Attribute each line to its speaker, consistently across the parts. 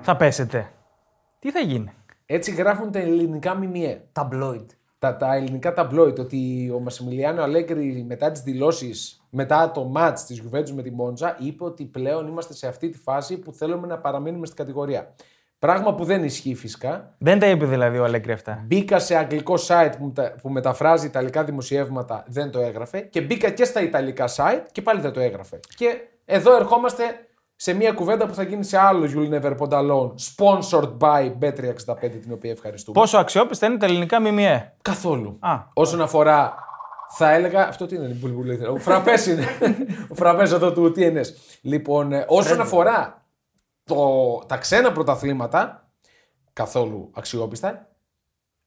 Speaker 1: θα πέσετε. Τι θα γίνει.
Speaker 2: Έτσι γράφουν τα ελληνικά μιμιέ.
Speaker 3: Ταμπλόιντ.
Speaker 2: Τα, τα ελληνικά ταμπλόιτ ότι ο Μασιμιλιάνο Αλέγκρι μετά τις δηλώσεις, μετά το ματ της Γιουβέντζου με τη Μόντζα, είπε ότι πλέον είμαστε σε αυτή τη φάση που θέλουμε να παραμείνουμε στην κατηγορία. Πράγμα που δεν ισχύει φυσικά.
Speaker 1: Δεν τα είπε δηλαδή ο Αλέγκρι αυτά.
Speaker 2: Μπήκα σε αγγλικό site που, μετα- που μεταφράζει ιταλικά δημοσιεύματα, δεν το έγραφε. Και μπήκα και στα ιταλικά site και πάλι δεν το έγραφε. Και εδώ ερχόμαστε σε μια κουβέντα που θα γίνει σε άλλο You'll Never Pond Alone, sponsored by Bet365, την οποία ευχαριστούμε.
Speaker 1: Πόσο αξιόπιστα είναι τα ελληνικά ΜΜΕ.
Speaker 2: Καθόλου.
Speaker 1: Α.
Speaker 2: Όσον αφορά, θα έλεγα. Αυτό τι είναι, η μπουλμπουλή. Ο φραπές είναι. ο φραπές εδώ του TNS. Λοιπόν, ε, όσον αφορά το, τα ξένα πρωταθλήματα, καθόλου αξιόπιστα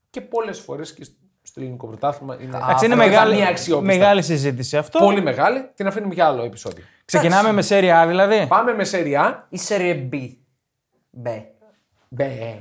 Speaker 2: και πολλές φορές και στο- στο ελληνικό πρωτάθλημα είναι.
Speaker 1: Εντάξει, είναι
Speaker 2: δεν
Speaker 1: μεγάλη,
Speaker 2: είναι αξιόπιστα.
Speaker 1: μεγάλη συζήτηση αυτό.
Speaker 2: Πολύ μεγάλη. Την αφήνουμε για άλλο επεισόδιο.
Speaker 1: Ξεκινάμε με Serie A δηλαδή.
Speaker 2: Πάμε με σεριά.
Speaker 3: Ή Serie B. B.
Speaker 2: Μπε.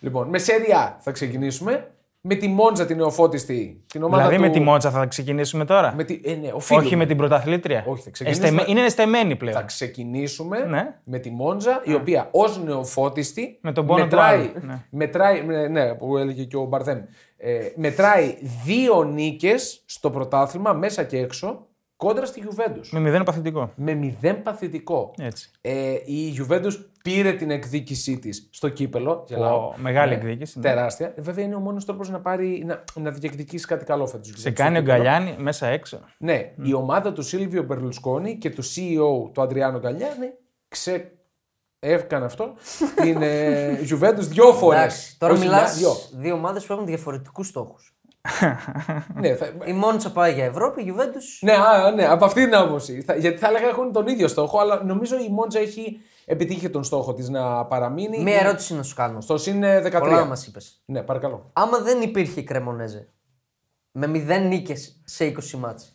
Speaker 2: Λοιπόν, με σεριά θα ξεκινήσουμε. Με τη Μόντζα την νεοφώτιστη. Την ομάδα
Speaker 1: Δηλαδή με
Speaker 2: του-
Speaker 1: τη Μότσα θα ξεκινήσουμε τώρα.
Speaker 2: με τη- ε, ναι, ο φίλος
Speaker 1: Όχι
Speaker 2: μου.
Speaker 1: με την πρωταθλήτρια.
Speaker 2: Όχι, θα ξεκινήσουμε-
Speaker 1: Εστεμε- Είναι εστεμένη πλέον.
Speaker 2: Θα ξεκινήσουμε
Speaker 1: Ναι.
Speaker 2: με τη Μόντζα, η οποία ως νεοφώτιστη.
Speaker 1: Με τον πόνο του
Speaker 2: μετράει,
Speaker 1: άλλου, ναι.
Speaker 2: μετράει, ναι, ναι, που έλεγε και ο Μπαρδέμ. Ε, μετράει δύο νίκες στο πρωτάθλημα, μέσα και έξω, κόντρα στη Γιουβέντους.
Speaker 1: Με μηδέν παθητικό.
Speaker 2: Με μηδέν παθητικό.
Speaker 1: Έτσι.
Speaker 2: Ε, η Γιουβέντους πήρε την εκδίκησή της στο κύπελο. Γελάω.
Speaker 1: Ω, μεγάλη εκδίκηση. ναι.
Speaker 2: Τεράστια. Ε, Βέβαια είναι ο μόνος τρόπος να, πάρει- να, να διεκδικήσει κάτι καλό φέτος.
Speaker 1: Σε κάνει ο Γκαλιάνη μέσα έξω.
Speaker 2: Ναι, η ομάδα του Σίλβιο Μπερλουσκόνη και του CEO του Αντριάνο Γκαλιάνη ξε... Έκανε αυτό. την ε, Juventus δυο φορές.
Speaker 3: Εντάξει, τώρα μιλάς δύο ομάδες που έχουν διαφορετικούς στόχους.
Speaker 2: ναι, θα...
Speaker 3: Η Μόντσα πάει για Ευρώπη, η Γιουβέντους.
Speaker 2: ναι, α, ναι, από αυτή την άποψη. Θα- Γιατί θα έλεγα έχουν τον ίδιο στόχο, αλλά νομίζω η Μόντζα έχει επιτύχει τον στόχο της να παραμείνει.
Speaker 3: Μία ερώτηση να σου κάνω.
Speaker 2: Στο συν ε, 13.
Speaker 3: Πολλά μας είπες.
Speaker 2: Ναι, παρακαλώ.
Speaker 3: Άμα δεν υπήρχε η Κρεμονέζε με 0 νίκες σε 20 μάτς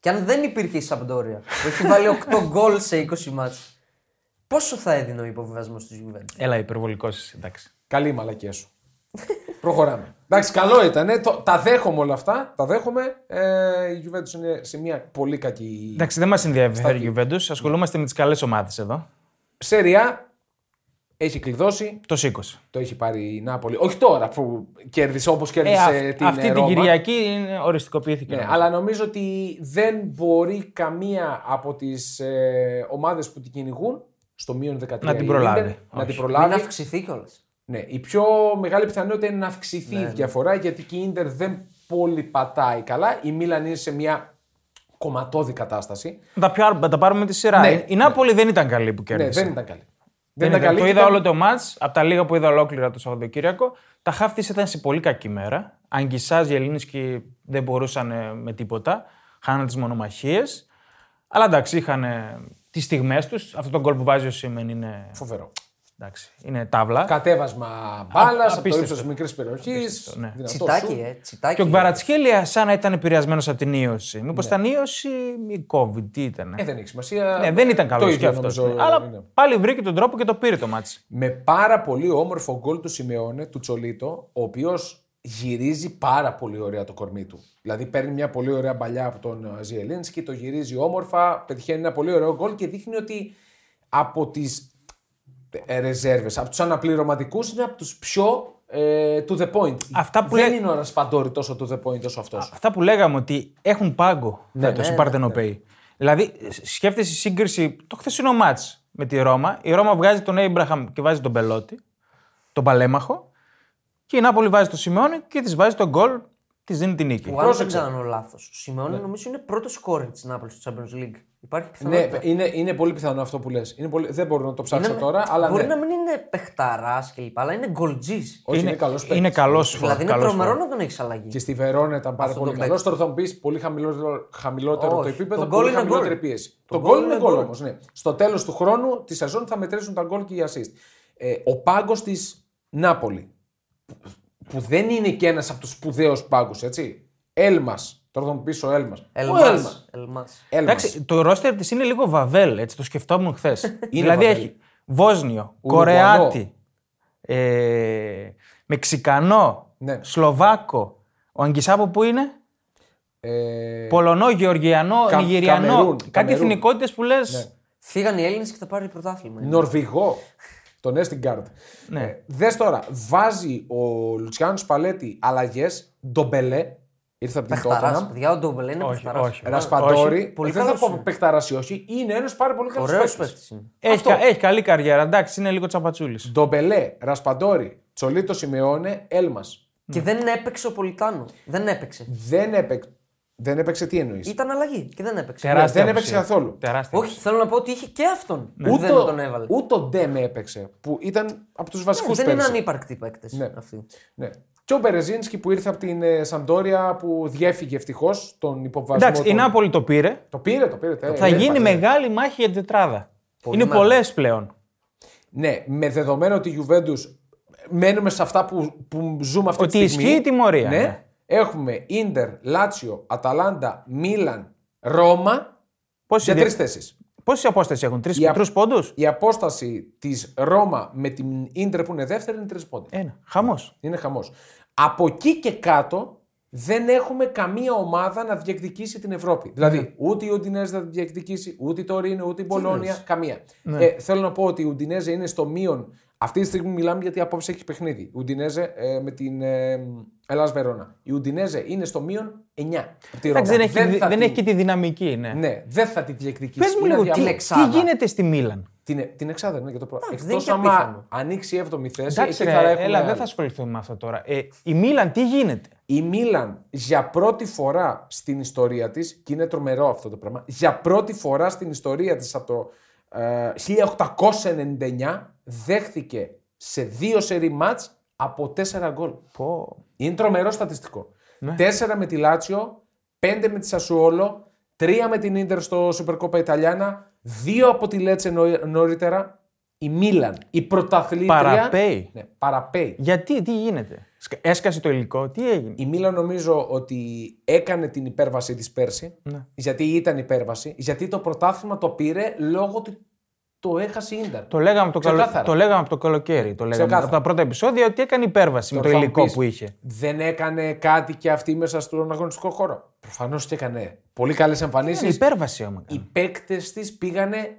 Speaker 3: και αν δεν υπήρχε η Σαμπντόρια που έχει βάλει 8 γκολ σε 20 μάτς πόσο θα έδινε ο υποβιβασμός της Γιουβέντους.
Speaker 1: Έλα, υπερβολικός είσαι. Εντάξει.
Speaker 2: Καλή η μαλακία σου. Προχωράμε. Εντάξει, καλό ήταν. ε, το- τα δέχομαι όλα αυτά. Τα δέχομαι. Ε, η Juventus είναι σε μια πολύ κακή
Speaker 1: Εντάξει, δεν μας ενδιαφέρει η Juventus. Ασχολούμαστε με τις καλές ομάδες εδώ.
Speaker 2: Σεριά έχει κλειδώσει,
Speaker 1: Το σήκωσε.
Speaker 2: το έχει πάρει η Νάπολη. Όχι τώρα που κέρδισε όπως
Speaker 1: Ε,
Speaker 2: κέρδισε
Speaker 1: αυ-
Speaker 2: την
Speaker 1: αυτή
Speaker 2: Ρώμα.
Speaker 1: την Κυριακή είναι- οριστικοποιήθηκε.
Speaker 2: Ναι,
Speaker 1: νομίζω.
Speaker 2: αλλά νομίζω ότι δεν μπορεί καμία από τις ε, ομάδες που την κυνηγούν στο μείον 13
Speaker 1: Να την
Speaker 2: η
Speaker 1: προλάβει.
Speaker 2: Ίντερ, Να
Speaker 1: Όχι.
Speaker 2: την
Speaker 3: Μην
Speaker 2: προλάβει.
Speaker 3: αυξηθεί κιόλας.
Speaker 2: Ναι, η πιο μεγάλη πιθανότητα είναι να
Speaker 1: Ναι,
Speaker 2: αυξηθεί η διαφορά γιατί και η Ίντερ δεν πολύ πατάει καλά. Η Μίλαν είναι σε μια κομματώδη κατάσταση.
Speaker 1: Να τα, πιάρ- να τα πάρουμε με τη σειρά.
Speaker 2: Ναι,
Speaker 1: η η Νάπολη δεν ήταν καλή που
Speaker 2: Ναι,
Speaker 1: κέρδισε.
Speaker 2: δεν ήταν καλή.
Speaker 1: Δεν
Speaker 2: ήταν
Speaker 1: ήταν.
Speaker 2: καλή
Speaker 1: Το
Speaker 2: και
Speaker 1: είδα
Speaker 2: ήταν-
Speaker 1: όλο το μάτ. Από τα λίγα που είδα ολόκληρα το Σαββατοκύριακο, τα χάφ της ήταν σε πολύ κακή μέρα. Αγγισάζ, Γελίνσκι δεν μπορούσαν ε, με τίποτα. Χάνανε τις μονομαχίες. Αλλά εντάξει, είχαν τις στιγμές τους. Αυτό το γκολ που βάζει ο Σίμεν είναι,
Speaker 2: Φοβερό.
Speaker 1: εντάξει, είναι ταύλα.
Speaker 2: Κατέβασμα μπάλας από το
Speaker 1: απίστευτο.
Speaker 2: ύψος μικρής περιοχής.
Speaker 1: ναι.
Speaker 3: Τσιτάκι, ε. Τσιτάκι.
Speaker 1: Και ο Γκβαρατσχέλια σαν να ήταν επηρεασμένος από την ίωση. Μήπως ήταν ίωση ή COVID, τι ήταν.
Speaker 2: Ναι. Ε, δεν έχει σημασία.
Speaker 1: ναι, δεν ήταν
Speaker 2: Το
Speaker 1: καλός και
Speaker 2: ίδιο
Speaker 1: αυτός.
Speaker 2: νομίζω.
Speaker 1: Αλλά
Speaker 2: είναι.
Speaker 1: πάλι βρήκε τον τρόπο και το πήρε το μάτι.
Speaker 2: Με πάρα πολύ όμορφο γκολ του Σιμεώνε, του Τσολίτο, ο οποίος γυρίζει πάρα πολύ ωραία το κορμί του. Δηλαδή παίρνει μια πολύ ωραία παλιά από τον ε, Ζιελίνσκι, το γυρίζει όμορφα, πετυχαίνει ένα πολύ ωραίο γκολ και δείχνει ότι από τις ρεζέρβες, από τους αναπληρωματικούς είναι από τους πιο ε, to the point.
Speaker 1: Αυτά που
Speaker 2: δεν
Speaker 1: λέ-
Speaker 2: είναι ο Ρασπαντόρη τόσο to the point όσο αυτός.
Speaker 1: Αυτά που λέγαμε ότι έχουν πάγκο
Speaker 2: Ναι,
Speaker 1: φέτος οι Παρτενοπαίοι. Δηλαδή, σκέφτεσαι η σύγκριση το χθεσινό μάτ με τη Ρώμα. Η Ρώμα βγάζει τον Έιμπραχαμ και βάζει τον Μπελότη, τον Παλέμαχο. Και η Νάπολη βάζει τον Σιμεώνη και της βάζει τον γκολ, της δίνει την νίκη.
Speaker 3: Που αν δεν κάνω λάθος, ο Σιμεώνε νομίζω είναι πρώτος κόρη της Νάπολης στο Champions League. Υπάρχει
Speaker 2: Ναι,
Speaker 3: πιθανότητα.
Speaker 2: είναι, είναι πολύ πιθανό αυτό που λες. Πολύ... Δεν μπορώ να το ψάξω
Speaker 3: Είναι-
Speaker 2: τώρα, αλλά
Speaker 3: Μπορεί
Speaker 2: ναι.
Speaker 3: να μην είναι παιχταράς κλπ. Αλλά είναι γκολτζής.
Speaker 2: Όχι, είναι καλός
Speaker 1: Είναι καλό
Speaker 3: Δηλαδή είναι τρομερό να τον έχεις αλλαγή.
Speaker 2: Και στη Βερόνα ήταν πάρα πολύ
Speaker 3: το
Speaker 2: καλός. Τώρα θα μου πεις πολύ χαμηλότερο, χαμηλότερο
Speaker 3: Όχι,
Speaker 2: το επίπεδο,
Speaker 3: το
Speaker 2: πολύ
Speaker 3: γκολ είναι
Speaker 2: χαμηλότερη
Speaker 3: γκολ.
Speaker 2: πίεση.
Speaker 3: Το
Speaker 2: Το
Speaker 3: γκολ
Speaker 2: γκολ είναι
Speaker 3: είναι
Speaker 2: γκολ
Speaker 3: γκολ.
Speaker 2: όμως. Ναι. Στο τέλος του χρόνου τη σεζόν θα μετρήσουν τα γκολ και οι assist. Ε, ο πάγκος της Νάπολη, που- που δεν είναι και ένας από τους σπουδαίους πάγκους, έτσι. Έλμας. Τώρα θα μου πεις ο Έλμας. Ο Έλμας.
Speaker 3: Ελμά.
Speaker 1: Εντάξει, το ρόστερ της είναι λίγο βαβέλ, έτσι το σκεφτόμουν χθες. δηλαδή
Speaker 2: βαβέλ.
Speaker 1: έχει Βόσνιο,
Speaker 2: Ουρουγουανό.
Speaker 1: Κορεάτη, ε, Μεξικανό,
Speaker 2: Ναι.
Speaker 1: Σλοβάκο. Ο Αγγισάπο που είναι,
Speaker 2: Ε,
Speaker 1: Πολωνό, Γεωργιανό,
Speaker 2: Κα-
Speaker 1: Νιγηριανό.
Speaker 2: Καμερούν,
Speaker 1: κάτι
Speaker 2: Καμερούν.
Speaker 1: εθνικότητες που λες.
Speaker 2: Ναι.
Speaker 3: Φύγαν οι Έλληνες και θα πάρει πρωτάθλημα.
Speaker 2: Νορβηγό. Τον Έστιν Γκάρντ.
Speaker 1: Ναι.
Speaker 2: Δες τώρα, βάζει ο Λουτσιάνος Παλέτη αλλαγές. Ντομπελέ, ήρθε από την
Speaker 3: Παιχταρά,
Speaker 2: Τότεναμ.
Speaker 3: παιδιά, ο Ντομπελέ είναι
Speaker 1: Όχι,
Speaker 3: παιχταρά.
Speaker 1: όχι.
Speaker 2: Ρασπαντόρη. Ε,
Speaker 1: Όχι,
Speaker 3: πολύ
Speaker 2: δεν θα
Speaker 3: καλός
Speaker 2: πω
Speaker 3: είναι.
Speaker 2: παικταρά ή όχι. Είναι ένας πάρα πολύ καλός
Speaker 3: Ωραίος παίχτη είναι.
Speaker 1: Έχει, κα- έχει καλή καριέρα, εντάξει, είναι λίγο τσαπατσούλη.
Speaker 2: Ναι, Ντομπελέ, Ρασπαντόρη, Τσολίτο Σιμεώνε, Έλμας.
Speaker 3: Και δεν έπαιξε ο Πολιτάνο. Δεν έπαιξε.
Speaker 2: Δεν έπαιξε. Δεν έπαιξε τι εννοείς.
Speaker 3: Ήταν αλλαγή και δεν έπαιξε.
Speaker 2: δεν έπαιξε καθόλου.
Speaker 1: Τεράστια.
Speaker 3: Όχι, θέλω να πω ότι είχε και αυτόν. που
Speaker 2: Ναι. Ούτε,
Speaker 3: δεν τον έβαλε.
Speaker 2: ούτε ο Ντέμε έπαιξε, που ήταν από τους
Speaker 3: Ναι,
Speaker 2: βασικούς
Speaker 3: δεν είναι ανύπαρκτοι παίκτες
Speaker 2: Ναι.
Speaker 3: αυτοί.
Speaker 2: Ναι. Και ο Μπερεζίνσκι που ήρθε από την ε, Σαντόρια που διέφυγε ευτυχώς τον υποβασμό.
Speaker 1: Εντάξει, η
Speaker 2: των-
Speaker 1: Νάπολη το πήρε.
Speaker 2: Το πήρε, το πήρε. ε,
Speaker 1: Θα
Speaker 2: δεν
Speaker 1: γίνει
Speaker 2: υπάρχει.
Speaker 1: μεγάλη μάχη για την τετράδα. Είναι
Speaker 3: μεγάλη.
Speaker 1: πολλές πλέον.
Speaker 2: Ναι, με δεδομένο ότι η Juventus μένουμε σε αυτά που, που ζούμε αυτή
Speaker 1: Ότι
Speaker 2: τη στιγμή.
Speaker 1: ισχύει η τιμωρία,
Speaker 2: Ναι.
Speaker 1: ναι.
Speaker 2: Έχουμε Ίντερ, Λάτσιο, Αταλάντα, Μίλαν, Ρώμα
Speaker 1: Πόση,
Speaker 2: για τρεις θέσεις.
Speaker 1: Πόση απόσταση έχουν, τρεις
Speaker 2: Για-
Speaker 1: yeah. πόντους.
Speaker 2: Η απόσταση της Ρώμα με την Ίντερ που είναι δεύτερη είναι τρεις πόντοι.
Speaker 1: Ένα. Χαμός.
Speaker 2: Είναι χαμός. Από εκεί και κάτω δεν έχουμε καμία ομάδα να διεκδικήσει την Ευρώπη.
Speaker 1: Ναι.
Speaker 2: Δηλαδή, ούτε η Ουντινέζα θα διεκδικήσει, ούτε η Τωρίνο, ούτε η Μπολόνια. Καμία.
Speaker 1: Ναι.
Speaker 2: Ε, θέλω να πω ότι η Ουντινέζα είναι στο μείον. Αυτή τη στιγμή μιλάμε γιατί απόψε έχει παιχνίδι. Η Ουντινέζα ε, με την ε, Ελλάς Βερόνα. Η Ουντινέζα είναι στο μείον 9. από τη Ρώμα.
Speaker 1: Εντάξει, δεν έχει, δεν,
Speaker 2: θα την-
Speaker 1: έχει και τη δυναμική, ναι.
Speaker 2: Ναι, δεν θα τη Ε, διεκδικήσει.
Speaker 1: Πες μου
Speaker 2: Είναι
Speaker 1: λίγο, τι,
Speaker 2: αδιάφορο.
Speaker 1: τι γίνεται στη Μίλαν.
Speaker 2: Την, την εξάδα είναι και το πρόβλημα.
Speaker 3: δεν
Speaker 2: Εκτό
Speaker 3: είναι και
Speaker 2: άμα
Speaker 3: απίθανο.
Speaker 2: ανοίξει η 7η θέση,
Speaker 1: Εντάξει,
Speaker 2: εκεί
Speaker 1: ρε,
Speaker 2: θα έχουμε
Speaker 1: έλα,
Speaker 2: άλλη.
Speaker 1: δεν θα ασχοληθούμε με αυτό τώρα. Ε, η Μίλαν τι γίνεται.
Speaker 2: Η Μίλαν για πρώτη φορά στην ιστορία της, και είναι τρομερό αυτό το πράγμα, για πρώτη φορά στην ιστορία της από το ε, 1899 δέχθηκε σε δύο σερί μάτς από τέσσερα γκολ.
Speaker 1: Πω.
Speaker 2: Είναι τρομερό στατιστικό. Τέσσερα με τη Λάτσιο, πέντε με τη Σασουόλο, τρία με την Ίντερ στο Super Coppa Ιταλιάνα, δύο από τη Λέτσε νω- νωρίτερα, η Μίλαν, η πρωταθλήτρια.
Speaker 1: Παραπέει.
Speaker 2: Ναι, παραπέει.
Speaker 1: Γιατί, τι γίνεται. Σκα- Έσκασε το υλικό, τι έγινε.
Speaker 2: Η Μίλα νομίζω ότι έκανε την υπέρβαση της πέρσι.
Speaker 1: Ναι.
Speaker 2: Γιατί ήταν υπέρβαση. Γιατί το πρωτάθλημα το πήρε λόγω ότι το έχασε η Ίντερ.
Speaker 1: Το λέγαμε από το, καλο...
Speaker 2: Ξεκάθαρα.
Speaker 1: το, λέγαμε από το καλοκαίρι. Το λέγαμε
Speaker 2: Ξεκάθαρα.
Speaker 1: από τα πρώτα επεισόδια ότι έκανε υπέρβαση με το
Speaker 2: θα μου
Speaker 1: υλικό
Speaker 2: πεις,
Speaker 1: που είχε.
Speaker 2: Δεν έκανε κάτι και αυτή μέσα στον αγωνιστικό χώρο. Προφανώς και έκανε πολύ καλές εμφανίσει.
Speaker 1: Είναι υπέρβαση όμω.
Speaker 2: Οι παίκτες της πήγανε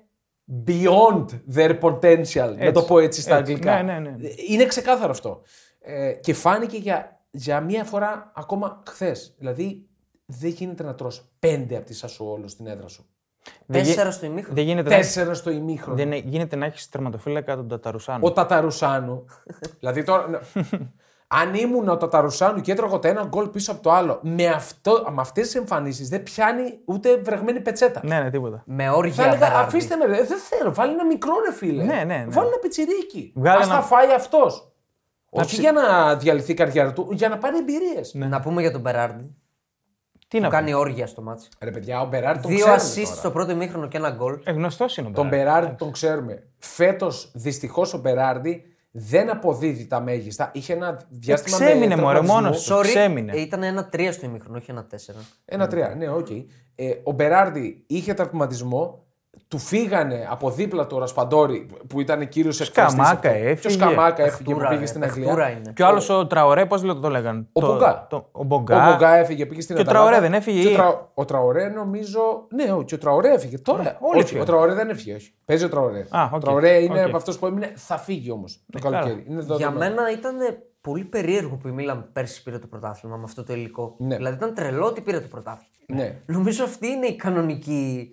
Speaker 2: beyond their potential. να το πω έτσι στα
Speaker 1: έτσι.
Speaker 2: αγγλικά.
Speaker 1: Ναι, ναι, ναι.
Speaker 2: Είναι ξεκάθαρο αυτό. Ε, και φάνηκε για, για μία φορά ακόμα χθες. Δηλαδή δεν γίνεται να τρως πέντε από τη Σασουόλο στην έδρα σου.
Speaker 1: Δεν γι-
Speaker 3: Τέσσερα στο ημίχρονο.
Speaker 1: Δεν γίνεται, να... έχεις-
Speaker 2: Τέσσερα στο ημίχρονο.
Speaker 1: δεν ε- γίνεται να έχεις τερματοφύλακα τον Ταταρουσάνο.
Speaker 2: Ο Ταταρουσάνου. δηλαδή τώρα. ναι. Αν ήμουν ο Ταταρουσάνου και έτρωγα το ένα γκολ πίσω από το άλλο, με, αυτό, με αυτές τις εμφανίσεις δεν πιάνει ούτε βρεγμένη πετσέτα.
Speaker 1: Ναι, ναι, τίποτα.
Speaker 3: Με
Speaker 2: Θα
Speaker 3: όργια.
Speaker 2: έλεγα,
Speaker 3: Βεράρντι.
Speaker 2: αφήστε με, ρε. δεν θέλω. Βάλει ένα μικρό ρε φίλε.
Speaker 1: Ναι, ναι, ναι.
Speaker 2: Βάλει ένα πιτσιρίκι.
Speaker 1: Βγάλε
Speaker 2: Ας
Speaker 1: ένα-
Speaker 2: τα φάει αυτός. Όχι
Speaker 1: ψη- Ναι.
Speaker 2: για να διαλυθεί η καριέρα του, για να πάρει εμπειρίες.
Speaker 3: Να πούμε για τον Μπεράρντι.
Speaker 1: Τι να
Speaker 3: Που
Speaker 1: κάνει.
Speaker 3: κάνει όργια στο μάτσο.
Speaker 2: Ρε παιδιά, ο Μπεράρ τον
Speaker 3: Δύο
Speaker 2: ξέρουμε.
Speaker 3: assist
Speaker 2: τώρα.
Speaker 3: στο πρώτο ημίχρονο και ένα γκολ.
Speaker 1: Ε, γνωστός είναι ο
Speaker 2: Τον
Speaker 1: Μπεράρ.
Speaker 2: Μπεράρντι τον ξέρουμε. Φέτος δυστυχώς ο Μπεράρντι δεν αποδίδει τα μέγιστα. Είχε ένα διάστημα. με
Speaker 1: ξέμεινε, μωρέ,
Speaker 2: τραυματισμό.
Speaker 1: μόνος. Το
Speaker 3: Sorry,
Speaker 1: ξέμεινε.
Speaker 3: ε, ήταν ένα τρία στο ημίχρονο, όχι ένα τέσσερα.
Speaker 2: Ένα τρία, ναι, οκ. Ε, ο Μπεράρντι είχε τραυματισμό. Του φύγανε από δίπλα του ο Ρασπαντόρη που ήταν κύριος εκτελεστή.
Speaker 1: Σκαμάκα
Speaker 2: Και ο
Speaker 1: έφυγε. ναι,
Speaker 2: Σκαμάκα έφυγε που
Speaker 3: Παιχτούρα,
Speaker 2: πήγε
Speaker 3: ρε,
Speaker 2: στην
Speaker 3: παιχτούρα
Speaker 2: Αγγλία.
Speaker 3: είναι.
Speaker 1: Και ο άλλος ο Τραωρέ, πώς το λέγανε.
Speaker 2: Ο
Speaker 1: το,
Speaker 2: Μπογκά.
Speaker 1: το- ο
Speaker 2: Ο
Speaker 1: Μπογκά.
Speaker 2: Μπογκά έφυγε, πήγε στην
Speaker 1: Και ο
Speaker 2: Αταλάντα.
Speaker 1: Τραωρέ δεν έφυγε,
Speaker 2: Και ο,
Speaker 1: ή?
Speaker 2: Τρα- ο Τραωρέ νομίζω. Ναι, ο- και ο Τραωρέ έφυγε. Τώρα.
Speaker 1: Ναι, όλοι
Speaker 2: όχι,
Speaker 1: φύγαν.
Speaker 2: ο Τραωρέ δεν έφυγε. Όχι. Παίζει ο Τραωρέ.
Speaker 1: Α, οκ.
Speaker 2: Ο Τραωρέ είναι
Speaker 1: Οκ. Ναι,
Speaker 2: από αυτούς που έμεινε. Θα φύγει όμως το
Speaker 1: καλά.
Speaker 2: καλοκαίρι. Είναι
Speaker 3: Για
Speaker 2: δεδομένο.
Speaker 3: μένα ήταν πολύ περίεργο που η Μίλαν πέρσι πήρε το πρωτάθλημα με αυτό το υλικό.
Speaker 2: Ναι.
Speaker 3: Δηλαδή ήταν τρελό ότι πήρε το πρωτάθλημα.
Speaker 2: Ναι.
Speaker 3: Νομίζω αυτή είναι η κανονική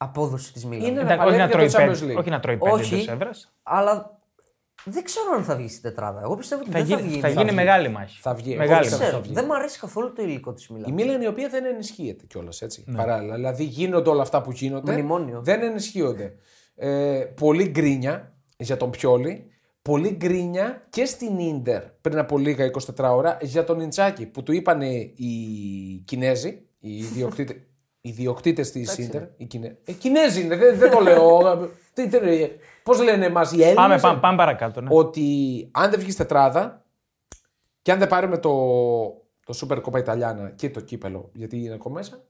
Speaker 3: απόδοση τη Μίλαν.
Speaker 2: Είναι-
Speaker 1: Εντάξει, όχι, να
Speaker 2: Παλεύει
Speaker 1: τρώει
Speaker 2: για το Champions
Speaker 1: πέντε-
Speaker 2: League.
Speaker 1: όχι να τρώει πέντε
Speaker 3: Όχι,
Speaker 1: εντός έδρας.
Speaker 3: αλλά δεν ξέρω αν θα βγει στην τετράδα. Εγώ πιστεύω ότι
Speaker 1: Θα
Speaker 3: δεν
Speaker 1: γίνει,
Speaker 3: θα βγει.
Speaker 1: θα γίνει
Speaker 3: βγει.
Speaker 1: μεγάλη μάχη.
Speaker 2: Θα βγει, εγώ
Speaker 1: Μεγάλη
Speaker 2: ξέρω.
Speaker 1: μάχη.
Speaker 3: Ξέρω,
Speaker 2: θα βγει.
Speaker 3: δεν μου αρέσει καθόλου το υλικό της Μίλαν.
Speaker 2: Η Μίλαν η οποία δεν ενισχύεται κιόλας έτσι.
Speaker 1: Ναι.
Speaker 2: Παράλληλα. Δηλαδή γίνονται όλα αυτά που γίνονται.
Speaker 3: Μνημόνιο.
Speaker 2: Δεν ενισχύονται. Ε, πολύ γκρίνια για τον Πιόλη. Πολύ γκρίνια και στην ντερ πριν από λίγα 24 ώρα για τον Ιντσάκη που του είπαν οι Κινέζοι, οι ιδιοκτήτε. Οι ιδιοκτήτες της Ιντερ. Οι Κινέ... ε, Κινέζοι είναι, δεν, δεν το λέω. Πώς λένε εμάς οι Έλληνες.
Speaker 1: Πάμε, πάμε, πάμε παρακάτω. Ναι.
Speaker 2: Ότι αν δεν βγεις τετράδα, και αν δεν πάρουμε το, το Super Coppa Ιταλιάνα και το κύπελο, γιατί είναι ακόμα μέσα,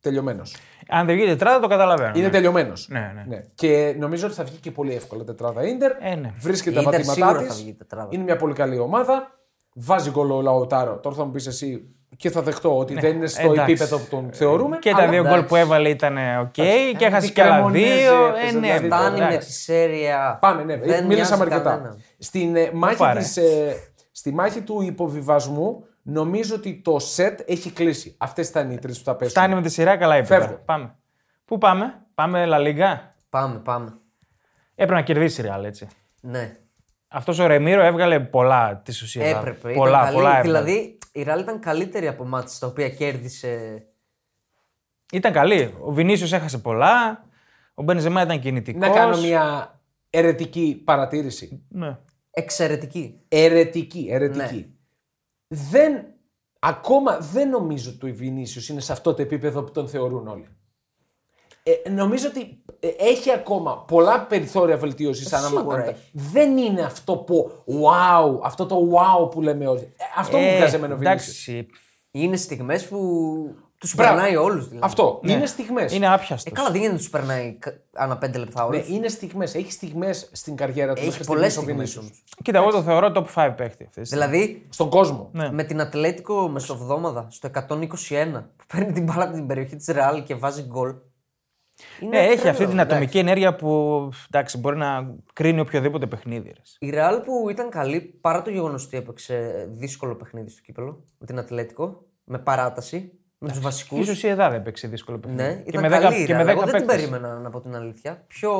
Speaker 2: τελειωμένος.
Speaker 1: Αν δεν βγει τετράδα, το καταλαβαίνω.
Speaker 2: Είναι
Speaker 1: ναι.
Speaker 2: τελειωμένος.
Speaker 1: Ναι, ναι.
Speaker 2: Και νομίζω ότι θα βγει και πολύ εύκολα τετράδα Ιντερ.
Speaker 1: Ε, ναι.
Speaker 2: Βρίσκεται
Speaker 3: Η
Speaker 2: τα
Speaker 3: Ίντερ
Speaker 2: πατήματά
Speaker 3: σίγουρα
Speaker 2: τη.
Speaker 3: θα βγει τετράδα.
Speaker 2: Είναι μια πολύ καλή ομάδα. Βάζει γκολ ο Λαουτάρο. Τώρα θα μου πεις εσύ, και θα δεχτώ ότι δεν είναι στο
Speaker 1: Ναι. εντάξει. Ε,
Speaker 2: επίπεδο που τον θεωρούμε.
Speaker 1: Και τα
Speaker 2: αλλά-
Speaker 1: δύο
Speaker 3: εντάξει.
Speaker 1: γκολ που έβαλε ήταν ε, οκ. Και έχασε και
Speaker 2: Μικρεμονέζε
Speaker 1: άλλα δύο. Ε,
Speaker 2: έπαιζε,
Speaker 1: ναι,
Speaker 2: δηλαδή,
Speaker 3: Φτάνει με τη
Speaker 1: εντάξει.
Speaker 3: σέρια.
Speaker 2: Πάμε, ναι,
Speaker 3: Δεν
Speaker 2: μίλησαμε
Speaker 3: νοιάζει
Speaker 2: αρκετά.
Speaker 3: κανέναν.
Speaker 2: Στην, ε, μάχη
Speaker 1: πάρε.
Speaker 2: της, ε, στη μάχη του υποβιβασμού νομίζω ότι το σετ έχει κλείσει. Αυτές ήταν οι τρεις που θα πέσουν.
Speaker 1: Φτάνει με τη σειρά, καλά
Speaker 2: Φεύγω.
Speaker 1: είπε. Πάμε. Πού πάμε, πάμε Λα Λίγκα.
Speaker 3: Πάμε, πάμε.
Speaker 1: Έπρεπε να κερδίσει η Ρεάλ, έτσι.
Speaker 3: Ναι.
Speaker 1: Αυτός ο Ρεμίρο έβγαλε πολλά της ουσίας.
Speaker 3: Έπρεπε. Ήταν
Speaker 1: Πολλά,
Speaker 3: καλή.
Speaker 1: πολλά έβγαλε.
Speaker 3: Δηλαδή η Ραλ ήταν καλύτερη από μάτς τα οποία κέρδισε.
Speaker 1: Ήταν καλή. Ο Βινίσιος έχασε πολλά. Ο Μπενζεμά ήταν κινητικός.
Speaker 2: Να κάνω μια ερετική παρατήρηση.
Speaker 1: Ναι.
Speaker 3: Εξαιρετική.
Speaker 2: Ερετική, ερετική.
Speaker 3: Ναι.
Speaker 2: Δεν, ακόμα δεν νομίζω ότι ο Βινίσιος είναι σε αυτό το επίπεδο που τον θεωρούν όλοι. Ε, νομίζω ότι ε, έχει ακόμα πολλά περιθώρια βελτίωσης.
Speaker 3: Ε, σίγουρα έχει.
Speaker 2: Δεν είναι αυτό που wow, αυτό το wow που λέμε όλοι. Ε, αυτό μου βγάζει εμένα ο Βινίσιος.
Speaker 1: εντάξει.
Speaker 3: Είναι στιγμές που τους
Speaker 2: Μπράβο.
Speaker 3: περνάει όλους. Δηλαδή.
Speaker 2: Αυτό. Είναι στιγμές.
Speaker 1: Είναι
Speaker 3: Ε,
Speaker 1: άπιαστο.
Speaker 3: καλά, δεν γίνεται να τους περνάει κα- ανά πέντε λεπτά όλου.
Speaker 2: Ναι, είναι στιγμές. Έχει στιγμές στην καριέρα του.
Speaker 3: Έχει
Speaker 2: μέχρι
Speaker 3: πολλέ
Speaker 2: στιγμής ο
Speaker 3: στιγμέ
Speaker 2: Βινίσιους.
Speaker 1: Κοίτα, εγώ το θεωρώ top 5 παίχτη αυτής. της στιγμή.
Speaker 3: Δηλαδή
Speaker 2: Στον κόσμο.
Speaker 1: Ναι.
Speaker 3: με την Ατλέτικο μεσοβδόμαδα στο 121 που παίρνει την μπάλα από την περιοχή της Ρεάλ και βάζει γκολ. Είναι
Speaker 1: Ναι, έχει
Speaker 3: τρελό,
Speaker 1: αυτή την
Speaker 3: εντάξει.
Speaker 1: ατομική ενέργεια που εντάξει, μπορεί να κρίνει οποιοδήποτε παιχνίδι. ρε.
Speaker 3: Ναι. Η Ρεάλ που ήταν καλή παρά το γεγονός ότι έπαιξε δύσκολο παιχνίδι στο κύπελο με την Ατλέτικο, με παράταση, με τους βασικούς.
Speaker 1: Ίσως η ΕΔΑ δεν παίξει δύσκολο παιχνίδι.
Speaker 3: Ναι,
Speaker 1: και
Speaker 3: ήταν
Speaker 1: με 10
Speaker 3: καλή.
Speaker 1: και με
Speaker 3: ρε,
Speaker 1: 10
Speaker 3: εγώ δεν την
Speaker 1: παίκτες.
Speaker 3: περίμενα, να πω την αλήθεια. Πιο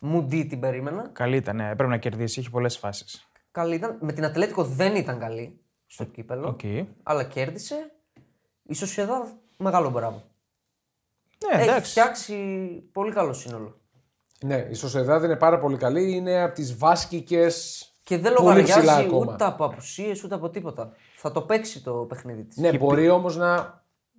Speaker 3: μουντή την περίμενα.
Speaker 1: Καλή ήταν, ναι, έπρεπε να κερδίσει, είχε πολλές φάσεις.
Speaker 3: Καλή ήταν. Με την Ατλέτικο δεν ήταν καλή στο κύπελο.
Speaker 1: Οκ. Ναι,
Speaker 3: Αλλά κέρδισε. Η Σοσιαδάδ μεγάλο μπράβο.
Speaker 1: Ναι,
Speaker 3: Έχει
Speaker 1: εντάξει.
Speaker 3: φτιάξει πολύ καλό σύνολο.
Speaker 2: Ναι, η Σοσεδάδ είναι πάρα πολύ καλή. Είναι από τις βάσκικες
Speaker 3: Και δεν
Speaker 2: Πολύ ψηλά
Speaker 3: λογαριάζει
Speaker 2: ακόμα.
Speaker 3: ούτε από απουσίες ούτε από τίποτα. Θα το παίξει το παιχνίδι της.
Speaker 2: Ναι, μπορεί όμως να
Speaker 3: Εγώ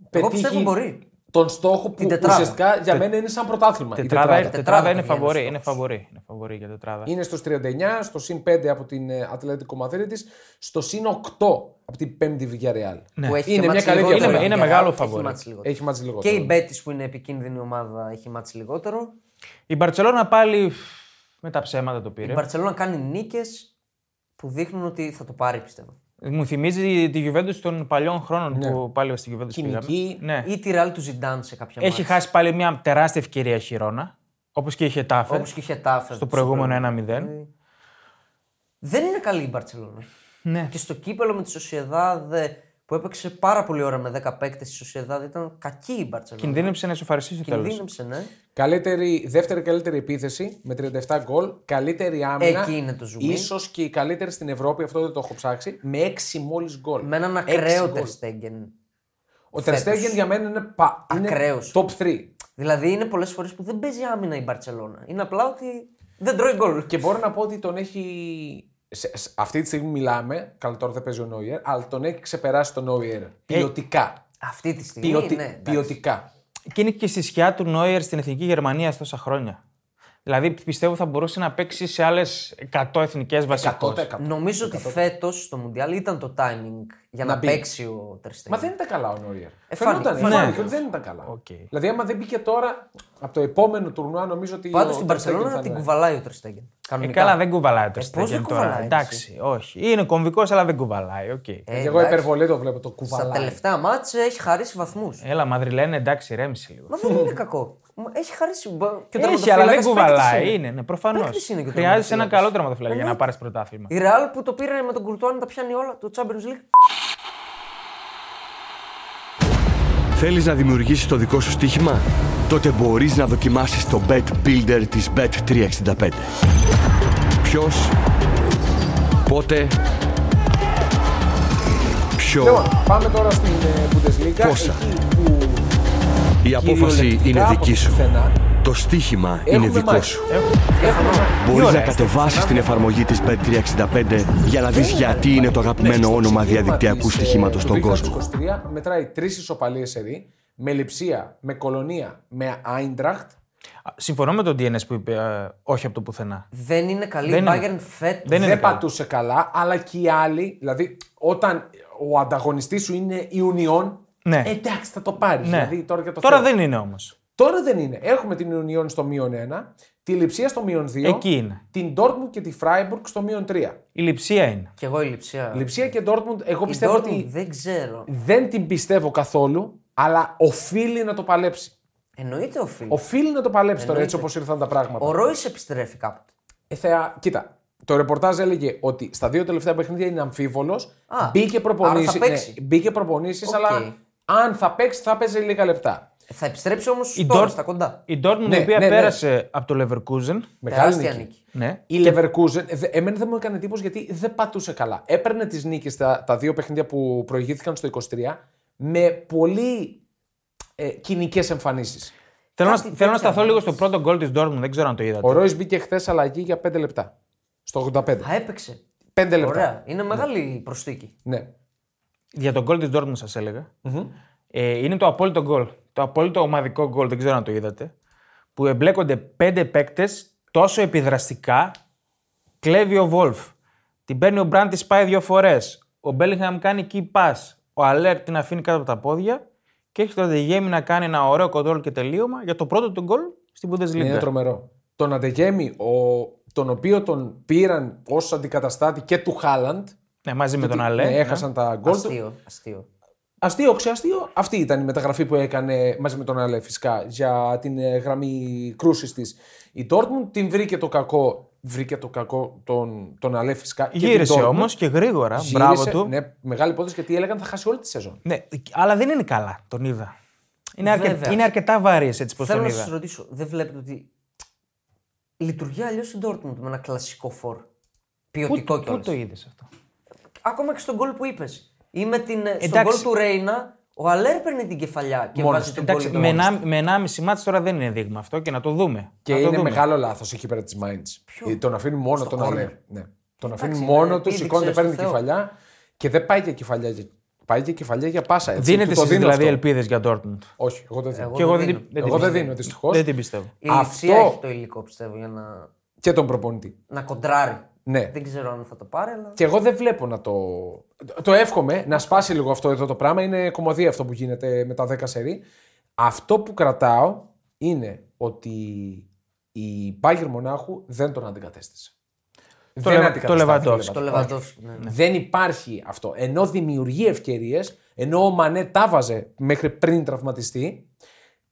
Speaker 2: πετύχει
Speaker 3: πιστεύω μπορεί.
Speaker 2: τον στόχο που
Speaker 3: τετράδα.
Speaker 2: ουσιαστικά για μένα είναι σαν πρωτάθλημα. η
Speaker 1: Τετράδα,
Speaker 2: τετράδα.
Speaker 1: τετράδα,
Speaker 3: Τετράδα
Speaker 1: είναι
Speaker 3: βγαίνει
Speaker 1: φαβορή.
Speaker 3: στο
Speaker 1: Είναι
Speaker 3: τέλος.
Speaker 1: φαβορή. Είναι φαβορή για τετράδα.
Speaker 2: Είναι στο 39, στο συν 5 από την ε, Ατλέτικο Μαδρίτης, στο συν 8 από την 5η Villarreal. Ναι.
Speaker 3: Που έχει
Speaker 2: Είναι
Speaker 3: και
Speaker 2: μια
Speaker 3: μάτς
Speaker 2: καλή
Speaker 3: λιγότερο
Speaker 2: διαφορά.
Speaker 1: Είναι-
Speaker 3: η
Speaker 1: είναι
Speaker 3: Villarreal,
Speaker 1: μεγάλο
Speaker 3: έχει
Speaker 1: φαβορί.
Speaker 3: μάτς λιγότερο.
Speaker 2: Έχει μάτς
Speaker 3: Και
Speaker 2: λιγότερο.
Speaker 3: η Betis που είναι επικίνδυνη ομάδα έχει μάτς λιγότερο.
Speaker 1: Η Μπαρσελόνα πάλι με τα ψέματα το πήρε.
Speaker 3: Η Μπαρσελόνα κάνει νίκες που δείχνουν ότι θα το πάρει, πιστεύω.
Speaker 1: Μου θυμίζει τη Γιουβέντους των παλιών χρόνων που πάλι στη Γιουβέντους
Speaker 2: Κοινική.
Speaker 1: πήγαμε. Ναι.
Speaker 3: Ή τη ράλι του Ζιντάν σε κάποια
Speaker 1: Έχει
Speaker 3: μάτια.
Speaker 1: χάσει πάλι μια τεράστια ευκαιρία χειρόνα. Όπως και είχε τάφε
Speaker 3: Όπως και Ναι. είχε τάφε.
Speaker 1: στο προηγούμενο 1-0.
Speaker 3: Δεν είναι καλή η Μπαρσελόνα.
Speaker 1: Ναι.
Speaker 3: Και στο κύπελο με τη Σοσιαδάδ ε, που έπαιξε πάρα πολύ ώρα με 10 παίκτε τη Σοσιαδάδ ήταν κακή η Μπαρσελόνα.
Speaker 1: Κινδύνεψε να ισοφαριστεί στο τέλο.
Speaker 3: Κινδύνεψε, ναι.
Speaker 2: Καλύτερη, δεύτερη καλύτερη επίθεση με 37 γκολ. Καλύτερη άμυνα.
Speaker 3: Εκεί είναι το ζουμί.
Speaker 2: Ίσως και η καλύτερη στην Ευρώπη, αυτό δεν το έχω ψάξει. Με 6 μόλις γκολ.
Speaker 3: Με έναν
Speaker 2: Έξι
Speaker 3: ακραίο
Speaker 2: γκολ.
Speaker 3: Τερστέγγεν.
Speaker 2: Ο Τερστέγεν για μένα είναι, πα, είναι
Speaker 3: Ακραίος.
Speaker 2: top 3.
Speaker 3: Δηλαδή είναι πολλές φορές που δεν παίζει άμυνα η Μπαρσελόνα. Είναι απλά ότι δεν τρώει γκολ.
Speaker 2: Και μπορώ να πω ότι τον έχει. σε- σε- αυτή τη στιγμή μιλάμε. Καλά, τώρα δεν παίζει ο Νόιερ, αλλά τον έχει ξεπεράσει τον Νόιερ. Ποιοτικά.
Speaker 3: Αυτή τη στιγμή.
Speaker 2: Ποιοτι-
Speaker 3: Ε, ναι, εντάξει.
Speaker 2: ποιοτικά.
Speaker 1: Και είναι και στη σκιά του Νόιερ στην εθνική Γερμανία τόσα χρόνια. Δηλαδή πιστεύω θα μπορούσε να παίξει σε άλλες 100 εθνικές βασικώς.
Speaker 2: 100%.
Speaker 3: Νομίζω ότι φέτος στο Μουντιάλ ήταν το timing για να,
Speaker 2: μπει.
Speaker 3: παίξει ο Τερστέγγεν.
Speaker 2: Μα δεν ήταν καλά ο Νόιερ.
Speaker 3: Ε,
Speaker 2: Φαινόταν,
Speaker 3: φάνηκε.
Speaker 2: φάνηκε
Speaker 1: Ναι.
Speaker 2: ότι δεν ήταν καλά.
Speaker 1: Οκ.
Speaker 2: Δηλαδή, άμα δεν μπήκε τώρα, από το επόμενο τουρνουά, νομίζω ότι.
Speaker 3: Πάντως
Speaker 2: ο
Speaker 3: στην
Speaker 2: Ter Stegen θα
Speaker 3: Παρσελόνα
Speaker 2: είναι-
Speaker 3: την κουβαλάει ο Τερστέγγεν.
Speaker 1: Ε,
Speaker 3: Κανονικά.
Speaker 1: καλά, δεν κουβαλάει το
Speaker 3: πώς δεν
Speaker 1: Στέγγεν τώρα.
Speaker 3: κουβαλάει,
Speaker 1: Εντάξει, όχι. Είναι κομβικός, αλλά δεν κουβαλάει. οκ.
Speaker 3: Ε,
Speaker 2: Και εγώ
Speaker 3: εντάξει.
Speaker 2: υπερβολή το βλέπω το
Speaker 3: Στα
Speaker 2: κουβαλάει.
Speaker 3: τελευταία μάτς έχει χαρίσει βαθμούς.
Speaker 1: Έλα, Μαδριλένε, εντάξει, ρέμισε λίγο.
Speaker 3: Μα δεν είναι κακό. Μα Έχει χαρίσει. Μπα- Και ο
Speaker 1: Έχει, αλλά
Speaker 3: τερματοφύλακας
Speaker 1: δεν
Speaker 3: παίκτης
Speaker 1: κουβαλάει.
Speaker 3: είναι.
Speaker 1: Είναι, ναι, προφανώς.
Speaker 3: Παίκτης είναι και ο
Speaker 1: Χρειάζεσαι ένα
Speaker 3: τερματοφύλακας.
Speaker 1: καλό τερματοφυλάκι για να πάρεις πρωτάθλημα.
Speaker 3: Η Ρεάλ που το πήρε με τον Κουρτουάν τα πιάνει όλα, το Champions League.
Speaker 4: Θέλεις να δημιουργήσεις το δικό σου στοίχημα? Τότε μπορείς να δοκιμάσεις το Bet Builder της Bet365. Ποιος, πότε, ποιο,
Speaker 2: Λοιπόν, πάμε τώρα στην ε, Bundesliga.
Speaker 4: Πόσα.
Speaker 2: Εκεί που
Speaker 4: η απόφαση
Speaker 2: κυριολεκτικά
Speaker 4: είναι
Speaker 2: από
Speaker 4: δική
Speaker 2: το
Speaker 4: σου.
Speaker 2: πουθενά
Speaker 4: Το στοίχημα είναι
Speaker 2: έχουμε
Speaker 4: δικό
Speaker 2: μάτς.
Speaker 4: σου.
Speaker 2: Έχουμε μάτς.
Speaker 4: Μπορείς
Speaker 1: ώρα
Speaker 4: να
Speaker 1: έχεις
Speaker 4: κατεβάσεις την εφαρμογή της Bet365 για να δεις γιατί είναι το αγαπημένο
Speaker 2: Στο
Speaker 4: όνομα
Speaker 2: ξεκίνημα
Speaker 4: διαδικτυακού
Speaker 2: της, ε,
Speaker 4: στοιχήματος
Speaker 2: του
Speaker 4: στον κόσμο.
Speaker 2: 2023 μετράει τρεις ισοπαλίες σερή με λειψία, με κολονία, με Άιντραχτ.
Speaker 1: Συμφωνώ με τον DNS που είπε ε, όχι από το πουθενά.
Speaker 3: Δεν είναι καλή
Speaker 1: Δεν
Speaker 3: η
Speaker 1: είναι.
Speaker 3: Bayern φέτο.
Speaker 1: Δεν
Speaker 2: Δεν,
Speaker 1: είναι καλό.
Speaker 2: πατούσε καλά, αλλά και οι άλλοι. Δηλαδή, όταν ο ανταγωνιστής σου είναι η Union,
Speaker 1: Ναι.
Speaker 2: εντάξει, θα το πάρεις.
Speaker 1: Ναι.
Speaker 2: Δηλαδή, τώρα, για το
Speaker 1: τώρα
Speaker 2: Θεό.
Speaker 1: δεν είναι όμως.
Speaker 2: Τώρα δεν είναι. Έχουμε την Ιουνιόν στο μείον 1, τη Λιψία στο μείον 2,
Speaker 1: Εκεί Ναι. είναι.
Speaker 2: την Dortmund και τη Freiburg στο μείον 3.
Speaker 1: Η λειψία είναι.
Speaker 3: Κι εγώ η λειψία.
Speaker 2: Λιψία και Dortmund, εγώ
Speaker 3: Η
Speaker 2: πιστεύω
Speaker 3: Dortmund
Speaker 2: ότι
Speaker 3: δεν ξέρω.
Speaker 2: δεν την πιστεύω καθόλου, αλλά οφείλει να το παλέψει.
Speaker 3: Εννοείται ο Φίλ.
Speaker 2: Οφείλει να το παλέψει τώρα έτσι
Speaker 3: Εννοείται.
Speaker 2: όπως ήρθαν τα πράγματα.
Speaker 3: Ο Ρόις επιστρέφει κάποτε.
Speaker 2: Ε, θεα- Κοίτα, το ρεπορτάζ έλεγε ότι στα δύο τελευταία παιχνίδια είναι αμφίβολος.
Speaker 3: Α,
Speaker 2: Μπήκε
Speaker 3: άρα
Speaker 2: προπονήσει.
Speaker 3: θα παίξει.
Speaker 2: μπήκε προπονήσεις,
Speaker 3: Οκ.
Speaker 2: αλλά αν θα παίξει, θα παίζει λίγα λεπτά.
Speaker 3: Ε, Θα επιστρέψει όμως
Speaker 1: Η
Speaker 3: τώρα
Speaker 1: Dortmund-
Speaker 3: στα κοντά.
Speaker 1: Η Dortmund
Speaker 2: Ναι,
Speaker 1: η οποία
Speaker 2: ναι, ναι.
Speaker 1: πέρασε από το Leverkusen.
Speaker 2: Μεγάλη
Speaker 3: Τεράστια
Speaker 2: νίκη.
Speaker 3: νίκη.
Speaker 1: Ναι.
Speaker 2: Η Leverkusen, ε, δε- εμένα δεν μου έκανε εντύπωση γιατί δεν πατούσε καλά. Έπαιρνε τις νίκες τα, τα δύο παιχνίδια που προηγήθηκαν στο 23 με πολύ ε, κοινικές εμφανίσεις.
Speaker 1: Θέλω, να,
Speaker 3: Κάτι
Speaker 1: θέλω να
Speaker 3: τέτοια,
Speaker 1: σταθώ
Speaker 3: ναι.
Speaker 1: λίγο στο πρώτο γκολ της Dortmund, δεν ξέρω αν το είδατε.
Speaker 2: Ο Ρόις μπήκε χθες αλλαγή για 5 λεπτά. Στο 85. 5
Speaker 3: Α, έπαιξε.
Speaker 2: λεπτά.
Speaker 3: Ωραία. Είναι μεγάλη η προσθήκη.
Speaker 2: Ναι.
Speaker 1: Για τον γκολ της Dortmund σας ελεγα Ε, είναι το απόλυτο γκολ. Το απόλυτο ομαδικό γκολ, δεν ξέρω αν το είδατε. Που εμπλέκονται πέντε παίκτες τόσο επιδραστικά. Κλέβει ο Βολφ. Την παίρνει ο Μπραντ, τη πάει δύο φορές. Ο Μπέλιγχαμ κάνει key pass. Ο Αλέρ την αφήνει κάτω από τα πόδια. Και έχει το Αντεγέμι να κάνει ένα ωραίο κοντρόλ και τελείωμα για το πρώτο του γκολ στην
Speaker 2: Είναι
Speaker 1: Bundesliga.
Speaker 2: τρομερό. Τον Αντεγέμι, ο, τον οποίο τον πήραν ως αντικαταστάτη και του Χάλαντ.
Speaker 1: Ναι, μαζί με τον Αλέρ.
Speaker 2: Ναι,
Speaker 1: ναι.
Speaker 2: έχασαν τα γκολ του.
Speaker 3: Αστείο. αστείο.
Speaker 2: Αστείο, ξεαστείο. Αυτή ήταν η μεταγραφή που έκανε μαζί με τον Αλέ, φυσικά, για την ε, γραμμή κρούσης της. Η Dortmund την βρήκε το κακό. Βρήκε το κακό τον, τον Αλέ, φυσικά. και την
Speaker 1: Γύρισε
Speaker 2: Dortmund.
Speaker 1: όμως και γρήγορα.
Speaker 2: Γύρισε,
Speaker 1: Μπράβο του. Ναι.
Speaker 2: Ναι, μεγάλη υπόθεση γιατί έλεγαν θα χάσει όλη τη σεζόν.
Speaker 1: αλλά δεν είναι καλά, τον είδα. Είναι, αρκε...
Speaker 3: Βέβαια.
Speaker 1: είναι αρκετά βαρύς έτσι πως
Speaker 3: Θέλω
Speaker 1: τον
Speaker 3: να
Speaker 1: είδα.
Speaker 3: σας ρωτήσω, δεν βλέπετε ότι λειτουργεί αλλιώς η Dortmund με ένα κλασικό φορ. Ποιοτικό
Speaker 1: Πού, πού
Speaker 3: κιόλα.
Speaker 1: το είδες αυτό.
Speaker 3: Ακόμα και στον γκολ που είπες. Ή με την. ε, Στον
Speaker 1: Εντάξει.
Speaker 3: γκολ του Ρέινα, ο Αλέρ παίρνει την κεφαλιά και
Speaker 2: Μόνος.
Speaker 3: βάζει τον γκολ.
Speaker 1: Εντάξει,
Speaker 3: για το
Speaker 1: με,
Speaker 3: Manchester.
Speaker 1: ένα, με 1,5 μάτς τώρα δεν είναι δείγμα αυτό και να το δούμε.
Speaker 2: Και
Speaker 1: να το
Speaker 2: είναι
Speaker 1: δούμε.
Speaker 2: μεγάλο λάθος εκεί πέρα της Μάιντ. Τον αφήνει μόνο τον
Speaker 3: corner.
Speaker 2: Αλέ. Ναι. Τον αφήνει
Speaker 3: Εντάξει,
Speaker 2: μόνο
Speaker 3: ναι,
Speaker 2: του,
Speaker 3: ήδη
Speaker 2: σηκώνεται,
Speaker 3: ξέρεις
Speaker 2: παίρνει
Speaker 3: το Θεό.
Speaker 2: κεφαλιά και δεν πάει για κεφαλιά. για- Πάει για κεφαλιά για πάσα. Έτσι.
Speaker 1: Δίνεται
Speaker 2: Του το
Speaker 1: στις
Speaker 2: δίνω
Speaker 1: δηλαδή
Speaker 2: αυτό.
Speaker 1: ελπίδες για Dortmund.
Speaker 2: Όχι, εγώ δεν δίνω.
Speaker 3: Εγώ
Speaker 1: Και εγώ
Speaker 3: δεν
Speaker 1: δεν, την- την πιστεύω.
Speaker 2: Εγώ δεν
Speaker 3: δίνω.
Speaker 2: δίνω, δυστυχώς.
Speaker 1: Δεν την πιστεύω.
Speaker 3: Η
Speaker 2: Αυτό-
Speaker 3: Λιψία έχει το υλικό πιστεύω για να,
Speaker 2: Και τον προπονητή.
Speaker 3: να κοντράρει.
Speaker 2: Ναι.
Speaker 3: Δεν ξέρω αν θα το πάρει, αλλά.
Speaker 2: Και εγώ δεν βλέπω να το. Το εύχομαι να σπάσει λίγο αυτό εδώ το πράγμα. Είναι κομμωδία αυτό που γίνεται με τα 10 σερί. Αυτό που κρατάω είναι ότι η Bayern Μονάχου δεν τον αντικατέστησε.
Speaker 1: Λεβα- το
Speaker 2: αντικαταστάθηκε ο
Speaker 1: Λεβαντόφσκι.
Speaker 2: Λεβαντόφσκι.
Speaker 3: Το Λεβαντόφσκι. Ναι.
Speaker 2: Δεν υπάρχει αυτό. Ενώ δημιουργεί ευκαιρίες, ενώ ο Μανέ τα βάζε μέχρι πριν τραυματιστεί,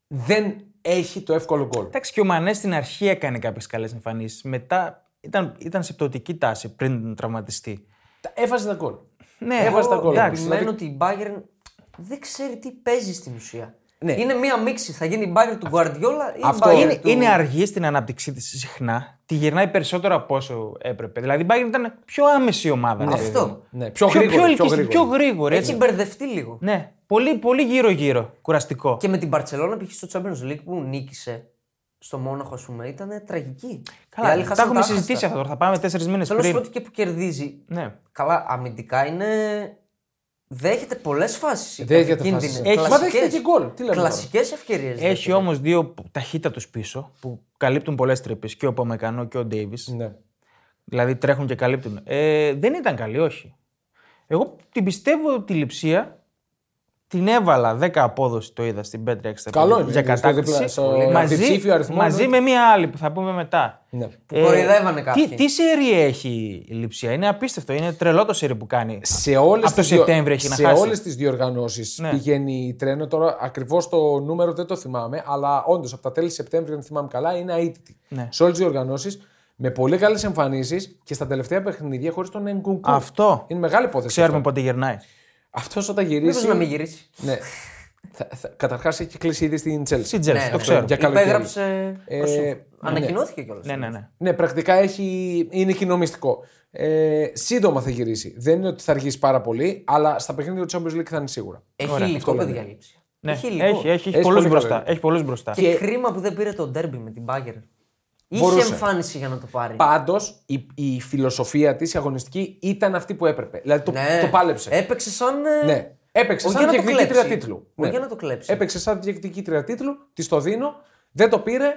Speaker 2: δεν έχει το εύκολο γκολ.
Speaker 1: Εντάξει, και ο Μανέ στην αρχή έκανε κάποιες καλές εμφανίσεις. Μετά ήταν, ήταν σε πτωτική τάση πριν τραυματιστεί.
Speaker 2: Τα- Έβαζε τα γκολ.
Speaker 1: Ναι,
Speaker 2: Έβαζε τα
Speaker 1: εγώ-
Speaker 2: γκολ.
Speaker 1: εντάξει,
Speaker 2: Δηλαδή,
Speaker 3: Επιμένω ότι η Bayern δεν ξέρει τι παίζει στην ουσία.
Speaker 2: Ναι.
Speaker 3: Είναι μία μίξη. Θα γίνει η Bayern του Guardiola ή
Speaker 2: Αυτό
Speaker 3: η Bayern
Speaker 1: Είναι,
Speaker 3: του...
Speaker 1: είναι αργή στην ανάπτυξή της συχνά. Τη γυρνάει περισσότερο από όσο έπρεπε. Δηλαδή η Bayern ήταν πιο άμεση ομάδα. ρε παιδί
Speaker 3: Αυτό.
Speaker 1: μου.
Speaker 2: Ναι, πιο,
Speaker 1: Πιο,
Speaker 2: γρήγορο.
Speaker 1: πιο,
Speaker 2: Πιο,
Speaker 1: ελκυστική, πιο
Speaker 2: γρήγορο.
Speaker 1: γρήγορη.
Speaker 3: Έχει
Speaker 1: Έτσι.
Speaker 3: μπερδευτεί λίγο.
Speaker 1: Ναι, πολύ, πολύ γύρω-γύρω. Κουραστικό.
Speaker 3: Και με την Barcelona π.χ. στο Champions League που νίκησε στο Μόναχο, ας πούμε, ήταν τραγική. Οι άλλοι
Speaker 1: Καλά, τα
Speaker 3: χάσαν
Speaker 1: έχουμε
Speaker 3: άχαστα.
Speaker 1: συζητήσει αυτό. Θα πάμε τέσσερις μήνες
Speaker 3: Θέλω να
Speaker 1: πριν.
Speaker 3: σου πω ότι και που κερδίζει.
Speaker 1: Ναι.
Speaker 3: Καλά, αμυντικά είναι. Δέχεται πολλές φάσεις.
Speaker 2: Δέχεται φάσεις, ναι.
Speaker 1: Έχει-
Speaker 2: Μα δέχεται και γκολ. Τι λέμε τώρα.
Speaker 3: Κλασικές ευκαιρίες.
Speaker 1: Έχει όμως δύο ταχύτατους πίσω που καλύπτουν πολλές τρύπες. Και ο Παμεκανό και ο Ντέιβις.
Speaker 2: Ναι.
Speaker 1: Δηλαδή τρέχουν και καλύπτουν. Ε, δεν ήταν καλή, όχι. Εγώ την πιστεύω τη λειψία. Την έβαλα 10 απόδοση, το είδα στην Πέτρια 65.
Speaker 2: Καλό είναι,
Speaker 1: Για
Speaker 2: στο
Speaker 1: κατάκτηση.
Speaker 2: διπλά- στο
Speaker 1: μαζί
Speaker 2: διψήφιο αριθμό,
Speaker 1: μαζί
Speaker 2: ναι.
Speaker 1: με μία άλλη που θα πούμε μετά.
Speaker 2: Ναι.
Speaker 3: Που κοροϊδεύανε κάποιοι.
Speaker 1: Ε, Τι, τι σερί έχει η λειψία. Είναι απίστευτο. Είναι τρελό το σερί που κάνει.
Speaker 2: Σε όλες
Speaker 1: Από το
Speaker 2: τις διο-
Speaker 1: Σεπτέμβριο έχει να
Speaker 2: σε
Speaker 1: χάσει.
Speaker 2: όλες τις διοργανώσεις
Speaker 1: Ναι.
Speaker 2: πηγαίνει τρένο. Τώρα ακριβώς το νούμερο δεν το θυμάμαι, αλλά όντως από τα τέλη Σεπτέμβριου, αν θυμάμαι καλά, είναι αίτητη.
Speaker 1: Ναι.
Speaker 2: Σε όλες τις διοργανώσεις με πολύ καλές εμφανίσεις και στα τελευταία παιχνίδια χωρίς τον Εγκουνκού.
Speaker 1: Αυτό.
Speaker 2: Είναι μεγάλη υπόθεση.
Speaker 1: Ξέρουμε
Speaker 2: αυτό.
Speaker 1: πότε γυρνάει.
Speaker 2: Αυτός όταν
Speaker 3: Μήπω
Speaker 2: γυρίσει...
Speaker 3: να μην γυρίσει.
Speaker 2: Ναι. θα, θα, καταρχάς έχει κλείσει ήδη στην Chelsea.
Speaker 1: Στην Chelsea,
Speaker 3: Ναι,
Speaker 1: το
Speaker 3: ναι.
Speaker 1: ξέρω.
Speaker 2: Για καλοκαίρι.
Speaker 3: Υπέγραψε.
Speaker 2: Ε,
Speaker 3: προς-
Speaker 2: ναι.
Speaker 3: Ανακοινώθηκε κιόλας.
Speaker 1: Ναι, ναι, ναι.
Speaker 2: Ναι, πρακτικά έχει, είναι κοινωνιστικό. Ε, σύντομα θα γυρίσει. Δεν είναι ότι θα αργήσει πάρα πολύ, αλλά στα παιχνίδια του Champions League θα είναι σίγουρα.
Speaker 3: Έχει
Speaker 1: Ωραία,
Speaker 3: υλικό, παιδιά, λήψη.
Speaker 1: Ναι,
Speaker 3: Έχει υλικό.
Speaker 1: έχει, έχει, έχει
Speaker 2: πολύ
Speaker 1: πολλού
Speaker 2: καλό
Speaker 1: μπροστά.
Speaker 2: υλικό.
Speaker 1: Έχει πολλούς μπροστά.
Speaker 3: Και, κρίμα που δεν πήρε το ντέρμπι με την Bayern.
Speaker 2: Μπορούσε.
Speaker 3: Είχε εμφάνιση για να το πάρει.
Speaker 2: Πάντως, η, η φιλοσοφία της, η αγωνιστική, ήταν αυτή που έπρεπε. Δηλαδή το,
Speaker 3: Ναι.
Speaker 2: το πάλεψε.
Speaker 3: Έπαιξε σαν. ε,
Speaker 2: Ναι. Έπαιξε
Speaker 3: όχι
Speaker 2: σαν
Speaker 3: για να το
Speaker 2: διεκδικήτρια
Speaker 3: κλέψει.
Speaker 2: τίτλου. Ναι.
Speaker 3: Όχι για να το κλέψει.
Speaker 2: Έπαιξε σαν διεκδικήτρια τίτλου, της το δίνω, δεν το πήρε.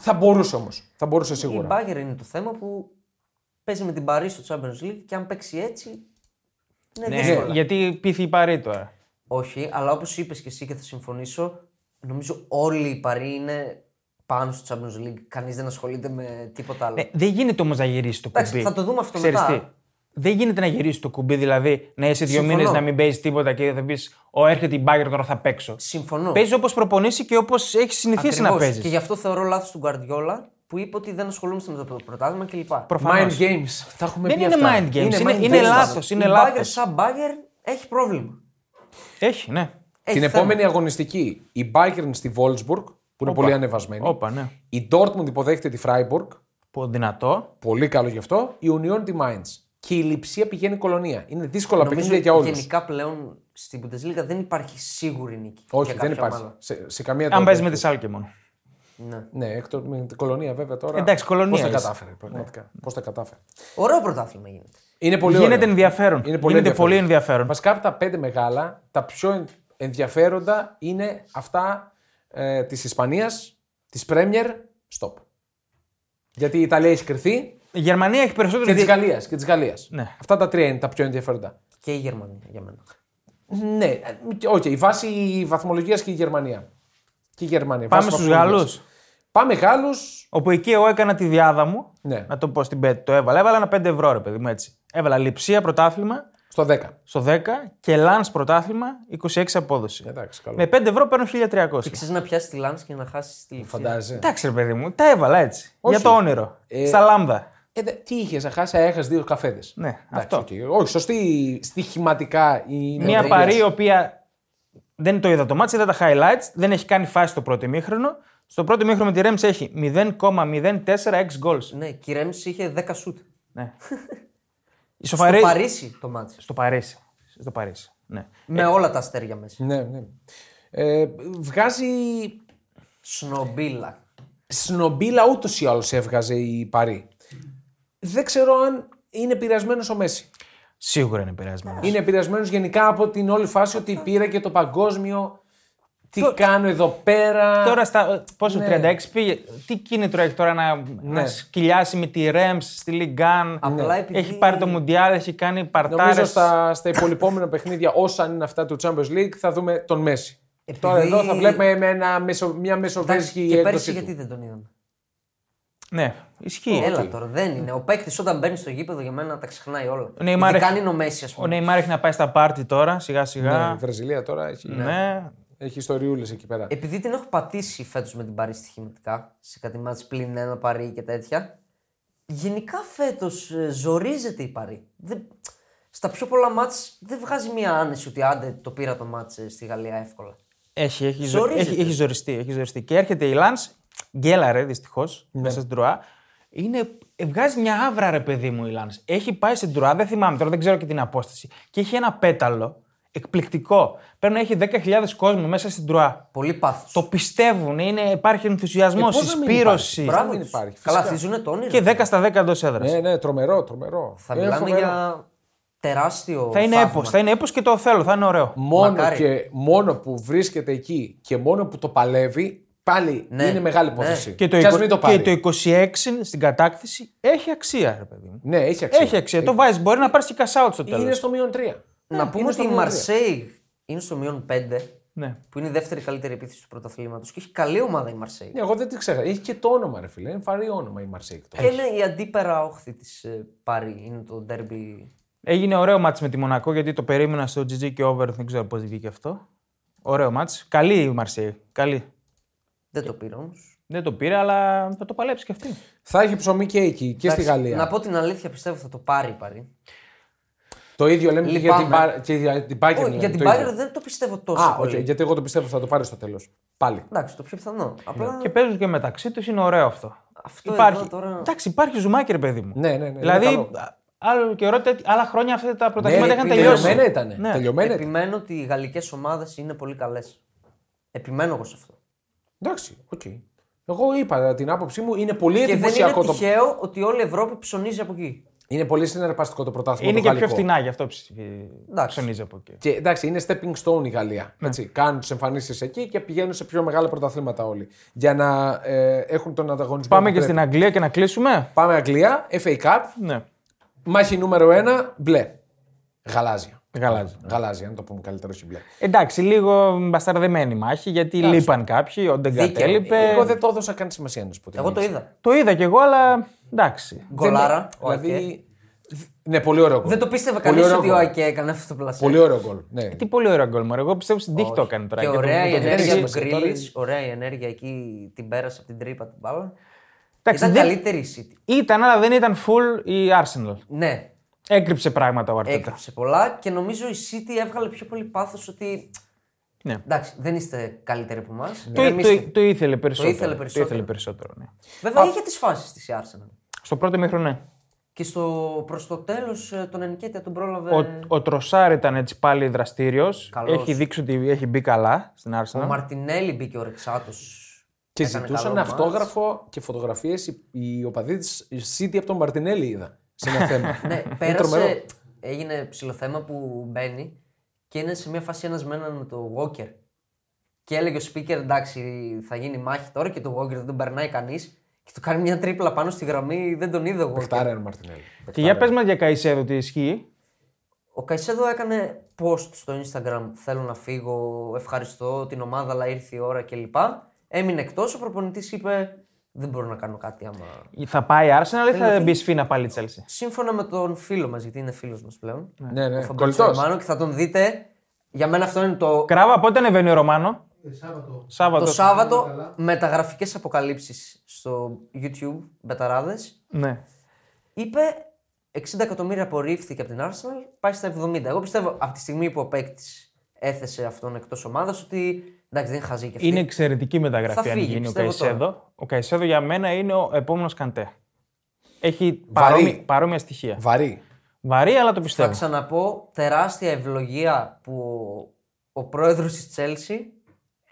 Speaker 2: Θα μπορούσε όμως. Θα μπορούσε
Speaker 3: Η
Speaker 2: σίγουρα.
Speaker 3: Bayern είναι το θέμα που παίζει με την Παρή στο Champions League και αν παίξει έτσι. Είναι
Speaker 1: Ναι,
Speaker 3: δύσκολα.
Speaker 1: γιατί πήθη η Παρή τώρα.
Speaker 3: Όχι, αλλά όπως είπες και εσύ και θα συμφωνήσω, Νομίζω όλοι οι παροί είναι πάνω στο Champions League. Κανείς δεν ασχολείται με τίποτα άλλο.
Speaker 1: Ε, δεν γίνεται όμως να γυρίσεις το
Speaker 3: Εντάξει,
Speaker 1: κουμπί.
Speaker 3: θα το δούμε αυτό
Speaker 1: Ξέρεις
Speaker 3: μετά.
Speaker 1: τι, Δεν γίνεται να γυρίσεις το κουμπί, δηλαδή να είσαι δύο
Speaker 3: Συμφωνώ.
Speaker 1: μήνες να μην παίζεις τίποτα και θα πεις: Ω, έρχεται η μπάγκερ τώρα θα παίξω.
Speaker 3: Συμφωνώ.
Speaker 1: Παίζεις όπως προπονήσεις και όπως έχεις συνηθίσει να
Speaker 3: Ακριβώς.
Speaker 1: παίζεις.
Speaker 3: Και γι' αυτό θεωρώ λάθος του Γκαρδιόλα που είπε ότι δεν ασχολούμαστε με το πρωτάθλημα κλπ.
Speaker 2: Mind
Speaker 1: Προφανώς.
Speaker 2: games. Τα έχουμε
Speaker 1: Δεν
Speaker 2: πει
Speaker 1: είναι
Speaker 2: αυτά.
Speaker 1: mind games, είναι-
Speaker 2: mind
Speaker 1: είναι
Speaker 2: games.
Speaker 1: λάθος. είναι
Speaker 3: η
Speaker 1: λάθος.
Speaker 3: Μπάγκερ σαν μπάγκερ έχει πρόβλημα.
Speaker 1: Έχει, ναι.
Speaker 3: Έχει
Speaker 2: Την
Speaker 3: θέμα.
Speaker 2: επόμενη αγωνιστική η Bayern στη Wolfsburg που είναι πολύ ανεβασμένη.
Speaker 1: Όπα, ναι.
Speaker 2: Η Dortmund υποδέχεται τη Freiburg.
Speaker 1: Πω, δυνατό.
Speaker 2: Πολύ καλό γι' αυτό. Η Union τη Mainz. Και η λειψία πηγαίνει κολονία. Είναι δύσκολα
Speaker 3: Νομίζω
Speaker 2: παιχνίδια για όλους.
Speaker 3: γενικά πλέον στην Bundesliga δεν υπάρχει σίγουρη νίκη.
Speaker 2: Όχι,
Speaker 3: για
Speaker 2: δεν
Speaker 3: κάποια
Speaker 2: υπάρχει.
Speaker 3: ομάδα.
Speaker 2: Σε, σε καμία
Speaker 1: Αν
Speaker 2: τέτοια.
Speaker 1: παίζεις με τη Σάλκε μόνο.
Speaker 3: Ναι.
Speaker 2: Ναι, εκτό με την κολονία βέβαια τώρα.
Speaker 1: Εντάξει, κολονία
Speaker 2: Πώς τα
Speaker 1: είσαι. Ναι.
Speaker 2: κατάφερε πραγματικά. Πώς τα κατάφερε.
Speaker 3: Ωραίο πρωτάθλημα γίνεται.
Speaker 2: Είναι πολύ
Speaker 1: Γίνεται
Speaker 2: ωραίο.
Speaker 1: ενδιαφέρον.
Speaker 2: Είναι πολύ
Speaker 1: Γίνεται
Speaker 2: ενδιαφέρον.
Speaker 1: πολύ ενδιαφέρον.
Speaker 2: Βασικά από τα πέντε μεγάλα, τα πιο εν- ενδιαφέροντα είναι αυτά ε, της Ισπανίας, της Πρέμιερ, stop. Γιατί η Ιταλία έχει κρυθεί
Speaker 1: Η Γερμανία έχει
Speaker 2: και
Speaker 1: περισσότερη.
Speaker 2: της
Speaker 1: δι-
Speaker 2: Γαλλίας. Και της Γαλλίας.
Speaker 1: Ναι.
Speaker 2: Αυτά τα τρία είναι τα πιο ενδιαφέροντα.
Speaker 3: Και η Γερμανία για μένα.
Speaker 2: Ναι, ε, οκ, η βάση βαθμολογίας και η Γερμανία. Και η Γερμανία.
Speaker 1: Πάμε
Speaker 2: βάση
Speaker 1: στους
Speaker 2: βαθμολογίας.
Speaker 1: Γάλλους.
Speaker 2: Πάμε Γάλλους.
Speaker 1: Όπου εκεί εγώ έκανα τη διάδα μου.
Speaker 2: Ναι.
Speaker 1: Να το πω στην πέτη. Το έβαλα. Έβαλα ένα 5 ευρώ, ρε παιδί μου έτσι. Έβαλα λειψία πρωτάθλημα
Speaker 2: Στο 10.
Speaker 1: στο 10 και λανς πρωτάθλημα 26 απόδοση.
Speaker 2: Εντάξει, καλό.
Speaker 1: Με 5 ευρώ παίρνω 1300.
Speaker 3: Ξέρεις να πιάσεις τη Λάνς και να χάσεις τη λυψία.
Speaker 2: Φαντάζεσαι.
Speaker 1: Εντάξει, ρε παιδί μου, τα έβαλα έτσι.
Speaker 2: Όχι.
Speaker 1: Για το όνειρο.
Speaker 2: Ε,
Speaker 1: Στα λάμδα.
Speaker 2: Ε, δε- τι είχες να χάσεις, έχασε δύο καφέδες.
Speaker 1: Ναι, αυτό. Ναι,
Speaker 2: Όχι, σωστή στοιχηματικά η
Speaker 1: Μία
Speaker 2: νοοτροπία.
Speaker 1: παρή η οποία δεν το είδα το μάτς, είδα τα highlights, δεν έχει κάνει φάση το πρώτο ημίχρονο. Στο πρώτο ημίχρονο με τη Ρέμψη έχει 0,046 goals.
Speaker 3: Ναι, και η Ρέμς είχε 10 σουτ.
Speaker 1: Ναι. Η
Speaker 3: Στο
Speaker 1: σοφαρή...
Speaker 3: Παρίσι το μάτι.
Speaker 1: Στο Παρίσι. Στο Παρίσι. Ναι.
Speaker 3: Με όλα τα αστέρια μέσα.
Speaker 2: Ναι, ναι. Ε, βγάζει
Speaker 3: Σνομπίλα.
Speaker 2: σνομπίλα ούτως ή άλλως έβγαζε η Παρή. Δεν ξέρω αν είναι επηρεασμένο ο Μέση.
Speaker 1: Σίγουρα είναι επηρεασμένο.
Speaker 2: Είναι επηρεασμένο γενικά από την όλη φάση ότι πήρε και το παγκόσμιο. Τι κάνω εδώ πέρα.
Speaker 1: Τώρα στα. Πόσο,
Speaker 2: Ναι.
Speaker 1: 36 πήγε. Τι κίνητρο έχει τώρα να, να
Speaker 2: Ναι.
Speaker 1: σκυλιάσει με τη Ρέμ στη Λιγκάν.
Speaker 3: Απλά επειδή-
Speaker 1: Έχει πάρει το Μουντιάλ, έχει κάνει
Speaker 2: Νομίζω
Speaker 1: παρτάρε.
Speaker 2: στα, στα υπολοιπόμενα παιχνίδια, όσα αν είναι αυτά του Champions League, θα δούμε τον Μέση.
Speaker 3: Επειδή-
Speaker 2: Τώρα εδώ θα βλέπουμε με ένα μεσο, μια μεσοβέζικη
Speaker 3: Και πέρσι
Speaker 2: έκδοση.
Speaker 3: γιατί
Speaker 2: του.
Speaker 3: δεν τον είδαμε.
Speaker 1: Ναι, ισχύει.
Speaker 3: Έλα τώρα, δεν είναι. Ο παίκτης όταν μπαίνει στο γήπεδο για μένα τα ξεχνάει όλα.
Speaker 1: Ο Neymar
Speaker 3: Ειδικά αν
Speaker 1: έχει-
Speaker 3: είναι ο Μέση, ας
Speaker 1: Ο
Speaker 3: πούμε.
Speaker 1: Νεϊμάρ έχει να πάει στα πάρτι τώρα, σιγά
Speaker 2: Ναι, η
Speaker 1: σιγά.
Speaker 2: Βραζιλία τώρα έχει,
Speaker 1: Ναι.
Speaker 2: έχει ιστοριούλες εκεί πέρα.
Speaker 3: Επειδή την έχω πατήσει φέτος με την Παρή στοιχηματικά, σε κάτι μάτς πλήν ένα Παρή και τέτοια, γενικά φέτος ζορίζεται η Παρή. Δεν... Στα πιο πολλά μάτς δεν βγάζει μία άνεση ότι άντε το πήρα το μάτς ε, στη Γαλλία εύκολα.
Speaker 1: Έχει, έχει, ζω-
Speaker 3: Ζορίζεται.
Speaker 1: έχει, έχει ζοριστεί, έχει ζοριστεί. Και έρχεται η Λαν, γκέλαρε δυστυχώς,
Speaker 2: Ναι.
Speaker 1: μέσα στην Τροά. Είναι, ε, βγάζει μια άβρα, ρε παιδί μου, η Λαν. Έχει πάει στην Τροά, δεν θυμάμαι τώρα, δεν ξέρω και την απόσταση. Και έχει ένα πέταλο εκπληκτικό. Πρέπει να έχει 10.000 κόσμο μέσα στην Τροά.
Speaker 3: Πολύ πάθος.
Speaker 1: Το πιστεύουν, είναι, υπάρχει ενθουσιασμός,
Speaker 2: Ε, πώς να μην
Speaker 1: συσπήρωση.
Speaker 2: υπάρχει,
Speaker 3: Μπράβο
Speaker 2: δεν
Speaker 3: τους.
Speaker 2: υπάρχει,
Speaker 3: Καλά,
Speaker 2: φυσικά.
Speaker 3: αυτοί ζουν το όνειρο.
Speaker 1: Και 10 στα 10 εντός έδρας.
Speaker 2: Ναι, ναι, τρομερό, τρομερό.
Speaker 3: Θα
Speaker 2: Ε,
Speaker 3: μιλάμε
Speaker 2: φοβερό.
Speaker 3: για τεράστιο
Speaker 1: θα είναι
Speaker 3: θαύμα.
Speaker 1: έπος, θα είναι έπος και το θέλω, θα είναι ωραίο.
Speaker 2: Μόνο,
Speaker 3: Μακάρι.
Speaker 2: και, μόνο που βρίσκεται εκεί και μόνο που το παλεύει, πάλι
Speaker 3: Ναι,
Speaker 2: είναι μεγάλη
Speaker 3: ναι.
Speaker 2: υπόθεση.
Speaker 1: Και το,
Speaker 2: Κι ας
Speaker 1: 20
Speaker 2: μην το πάρει.
Speaker 1: και το 26 στην κατάκτηση έχει αξία, ρε παιδί μου.
Speaker 2: Ναι, έχει αξία.
Speaker 1: Έχει αξία. Το βάζεις, μπορεί να πάρεις και cash out στο
Speaker 2: Είναι
Speaker 1: τέλο.
Speaker 2: στο μείον 3.
Speaker 3: Να πούμε ότι η Μαρσέιγ είναι στο μείον 5,
Speaker 1: Ναι.
Speaker 3: που είναι η δεύτερη καλύτερη επίθεση του πρωταθλήματος και έχει καλή ομάδα η Μαρσέιγ.
Speaker 2: Ναι, εγώ δεν την ξέχασα. Έχει και το όνομα, ρε φίλε. Είναι φαρή όνομα η Μαρσέικ.
Speaker 3: Και είναι η αντίπερα όχθη της Πάρη. ε, Είναι το ντέρμπι.
Speaker 1: Έγινε ωραίο μάτς με τη Μονακό γιατί το περίμενα στο GG και over. Δεν ξέρω πώς βγήκε αυτό. Ωραίο μάτς. Καλή η Μαρσέη. Καλή.
Speaker 3: Δεν το πήρα όμως.
Speaker 1: Δεν το πήρε, αλλά θα το παλέψει κι αυτή.
Speaker 2: Θα έχει ψωμί και εκεί και στη Γαλλία.
Speaker 3: Να πω την αλήθεια, πιστεύω θα το πάρει η Πάρη.
Speaker 2: Το ίδιο λέμε και για την,
Speaker 3: Λυπάμαι.
Speaker 2: Μπα- και για την Bayern.
Speaker 3: Όχι,
Speaker 2: λέμε,
Speaker 3: για την
Speaker 2: Ε, ναι, το
Speaker 3: Πάρη
Speaker 2: ίδιο.
Speaker 3: δεν το πιστεύω τόσο
Speaker 2: Α, οκ, Ναι.
Speaker 3: πολύ.
Speaker 2: γιατί εγώ το πιστεύω θα το πάρει στο τέλος. Πάλι.
Speaker 3: Εντάξει, το πιο πιθανό. Απλά
Speaker 1: Και παίζουν και μεταξύ τους, είναι ωραίο αυτό.
Speaker 3: Αυτό εδώ τώρα-
Speaker 1: Εντάξει, υπάρχει ζουμάκι, ρε παιδί μου.
Speaker 2: Ναι, ναι, ναι,
Speaker 3: Ε,
Speaker 2: είναι
Speaker 1: Δηλαδή,
Speaker 2: καλό. Ναι,
Speaker 1: α- άλλο καιρό, τέτοι- άλλα χρόνια αυτά τα
Speaker 3: Ναι,
Speaker 1: πρωταθλήματα είχαν τελειώσει.
Speaker 2: τελειωμένα ήταν.
Speaker 1: Ναι.
Speaker 2: Τελειωμένα ήταν.
Speaker 3: επιμένω ότι οι γαλλικές ομάδες είναι πολύ καλές. Επιμένω εγώ σε αυτό.
Speaker 2: Εντάξει, οκ. Εγώ είπα δηλαδή, την άποψή μου, είναι πολύ
Speaker 3: Και δεν είναι
Speaker 2: εντυπωσιακό το.
Speaker 3: τυχαίο ότι όλη η Ευρώπη ψωνίζει από εκεί.
Speaker 2: Είναι πολύ συναρπαστικό το πρωτάθλημα.
Speaker 1: Είναι
Speaker 2: το
Speaker 1: και πιο
Speaker 2: γαλλικό.
Speaker 1: φτηνά, γι' αυτό ψη- ψωνίζει από εκεί.
Speaker 2: Και εντάξει, είναι stepping stone η Γαλλία.
Speaker 1: Ναι.
Speaker 2: Έτσι. Κάνουν τι εμφανίσεις εκεί και πηγαίνουν σε πιο μεγάλα πρωταθλήματα όλοι. Για να ε, έχουν τον ανταγωνισμό.
Speaker 1: Πάμε
Speaker 2: που
Speaker 1: και
Speaker 2: πρέπει.
Speaker 1: στην Αγγλία και να κλείσουμε.
Speaker 2: Πάμε Αγγλία, FA Cup,
Speaker 1: Ναι.
Speaker 2: μάχη νούμερο 1, μπλε. Γαλάζια.
Speaker 1: Γαλάζι.
Speaker 2: Γαλάζια, να το πούμε καλύτερα, όχι μπλε.
Speaker 1: Εντάξει, λίγο μπασταρδεμένη μάχη γιατί λείπαν κάποιοι, ο Ντεγκατ
Speaker 3: Δίκαιο.
Speaker 1: έλειπε.
Speaker 2: Εγώ δεν το έδωσα καν σημασία να σου πω. την
Speaker 3: Εγώ το
Speaker 2: αλήθεια.
Speaker 3: είδα.
Speaker 1: Το είδα κι εγώ, αλλά εντάξει.
Speaker 2: Δεν-
Speaker 3: Γκολάρα. ο Ake.
Speaker 2: Δηλαδή. Ναι, πολύ ωραίο. γκολ.
Speaker 3: ε. Δεν το πίστευε
Speaker 2: Πολύ
Speaker 3: κανείς
Speaker 2: ωραίο
Speaker 3: ότι ο
Speaker 2: γκολ.
Speaker 3: Ake έκανε αυτό το πλασέ.
Speaker 2: Πολύ ωραίο γκολ. Ναι.
Speaker 1: Τι πολύ ωραίο γκολ, μωρέ. Εγώ πιστεύω στην τύχη το έκανε τώρα.
Speaker 3: Και
Speaker 1: το-
Speaker 3: ωραία η
Speaker 1: το-
Speaker 3: ενέργεια του
Speaker 2: βρίσκεσαι τώρα.
Speaker 3: Γκρίλι. Ωραία η ενέργεια εκεί την πέρασε από την τρύπα του μπάλα.
Speaker 1: Εντάξει,
Speaker 3: Ήταν
Speaker 1: δεν-
Speaker 3: καλύτερη η City.
Speaker 1: Ήταν, αλλά δεν ήταν full η Arsenal.
Speaker 3: Ναι,
Speaker 1: Έκρυψε πράγματα ο Αρτέτα.
Speaker 3: έκρυψε πολλά και νομίζω η City έβγαλε πιο πολύ πάθος ότι.
Speaker 1: Ναι.
Speaker 3: Εντάξει, δεν είστε καλύτεροι από εμάς.
Speaker 2: Ναι.
Speaker 1: Το, το, το ήθελε περισσότερο.
Speaker 3: ήθελε περισσότερο.
Speaker 1: Το ήθελε περισσότερο, ναι.
Speaker 3: Βέβαια είχε τις φάσεις της η Arsenal.
Speaker 1: Στο πρώτο μήχρονο, ναι.
Speaker 3: Και στο, προς το τέλος ε, τον Ενικέτια τον πρόλαβε
Speaker 1: Ο,
Speaker 3: ο,
Speaker 1: ο Τροσάρ ήταν έτσι πάλι δραστήριος.
Speaker 3: Ε. Καλός.
Speaker 1: Έχει δείξει ότι έχει μπει καλά στην Arsenal.
Speaker 3: Μαρτινέλη μπήκε ο Ρεξάτος.
Speaker 2: Και
Speaker 3: Έκανε
Speaker 2: ζητούσαν
Speaker 3: καλό μάτς.
Speaker 2: αυτόγραφο και φωτογραφίες οι οπαδοί της City από τον Μαρτινέλη, είδα. Σε ένα θέμα.
Speaker 3: ναι,
Speaker 2: Είναι τρομερό.
Speaker 3: πέρασε, έγινε ψηλοθέμα που μπαίνει και είναι σε μια φάση ένας με έναν με το Walker. Και έλεγε ο speaker εντάξει θα γίνει μάχη τώρα και το Walker δεν τον περνάει κανείς και του κάνει μια τρίπλα πάνω στη γραμμή, δεν τον είδε ο Walker.
Speaker 2: Παιχτάρα είναι ο Μαρτινέλη.
Speaker 1: Και για πες μας για Καϊσέδο τι ισχύει.
Speaker 3: Ο Καϊσέδο έκανε post στο Instagram. Θέλω να φύγω, ευχαριστώ την ομάδα, αλλά ήρθε η ώρα κλπ. Έμεινε εκτός. Ο προπονητής είπε: Δεν μπορώ να κάνω κάτι άμα.
Speaker 1: Θα πάει η Arsenal ή θα μπει σφίνα πάλι η Chelsea.
Speaker 3: Σύμφωνα με τον φίλο μας, γιατί είναι φίλος μας πλέον.
Speaker 2: Ναι, ναι.
Speaker 3: Ο
Speaker 2: Κολλητός.
Speaker 3: Ρωμάνο και θα τον δείτε. Για μένα αυτό είναι το,
Speaker 1: Κράβα, πότε ανεβαίνει ο Ρωμάνο. Σάββατο.
Speaker 3: το Σάββατο μεταγραφικέ αποκαλύψεις στο YouTube, μπεταράδες.
Speaker 1: Ναι.
Speaker 3: Είπε 60 εκατομμύρια απορρίφθηκε από την Arsenal, πάει στα 70. Εγώ πιστεύω από τη στιγμή που ο παίκτης έθεσε αυτόν εκτός ομάδας ότι εντάξει δεν χαζεί και αυτή.
Speaker 1: Είναι εξαιρετική μεταγραφή
Speaker 3: Θα
Speaker 1: αν
Speaker 3: φύγει,
Speaker 1: γίνει ο
Speaker 3: πιστεύω
Speaker 1: Καϊσέδο. Ο Καϊσέδο για μένα είναι ο επόμενος Καντέ. Έχει
Speaker 2: Βαρύ.
Speaker 1: παρόμοι- παρόμοια στοιχεία.
Speaker 2: Βαρύ.
Speaker 1: Βαρύ, αλλά το
Speaker 3: Θα
Speaker 1: πιστεύω.
Speaker 3: ξαναπώ τεράστια ευλογία που ο, ο πρόεδρος της Τσέλσι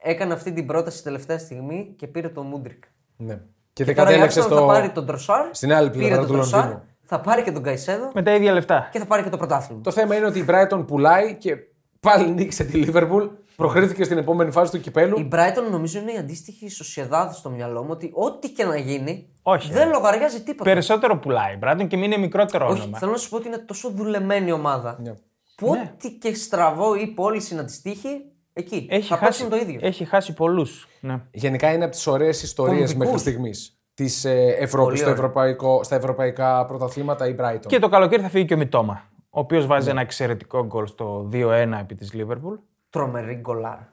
Speaker 3: έκανε αυτή την πρόταση τελευταία στιγμή και πήρε τον Μούντρικ.
Speaker 2: Ναι. Και
Speaker 3: Και
Speaker 2: δεν
Speaker 3: τώρα η
Speaker 2: κατέληξε
Speaker 3: Arsenal θα
Speaker 2: στο.
Speaker 3: πάρει τον Τροσάρ,
Speaker 2: στην άλλη
Speaker 3: πήρε
Speaker 2: πλευρά
Speaker 3: τον
Speaker 2: του
Speaker 3: Τροσάρ,
Speaker 2: Λονδίνου.
Speaker 3: θα πάρει και τον Καϊσέδο
Speaker 1: Με τα ίδια λεφτά.
Speaker 3: και θα πάρει και το πρωτάθλημα.
Speaker 2: Το θέμα είναι ότι η Brighton πουλάει και πάλι νίκησε τη Liverpool. Προκρίθηκε στην επόμενη φάση του κυπέλου.
Speaker 3: Η Brighton νομίζω είναι η αντίστοιχη σοσιαδάδ στο μυαλό μου ότι ό,τι και να γίνει
Speaker 1: Όχι.
Speaker 2: ε.
Speaker 3: δεν λογαριάζει τίποτα.
Speaker 1: Περισσότερο πουλάει η Μπράντον και μην είναι μικρότερο
Speaker 3: Όχι,
Speaker 1: όνομα.
Speaker 3: θέλω να σου πω ότι είναι τόσο δουλεμένη ομάδα
Speaker 1: Ναι.
Speaker 3: που ό,τι και στραβό ή πώληση να τη τύχει, εκεί
Speaker 1: Έχει
Speaker 3: θα
Speaker 1: χάσει,
Speaker 3: πέσουν το ίδιο.
Speaker 1: έχει χάσει πολλούς. Ναι.
Speaker 2: Γενικά είναι από τις ωραίες ιστορίες
Speaker 3: Κομβικούς.
Speaker 2: μέχρι στιγμής της ε, Ευρώπης στο
Speaker 3: ωραία.
Speaker 2: ευρωπαϊκό, στα ευρωπαϊκά πρωταθλήματα η Brighton.
Speaker 1: Και το καλοκαίρι θα φύγει και ο Μιτόμα, ο οποίος βάζει ένα εξαιρετικό γκολ στο 2-1 επί της Λίβερπουλ.
Speaker 3: Τρομερή γκολάρα.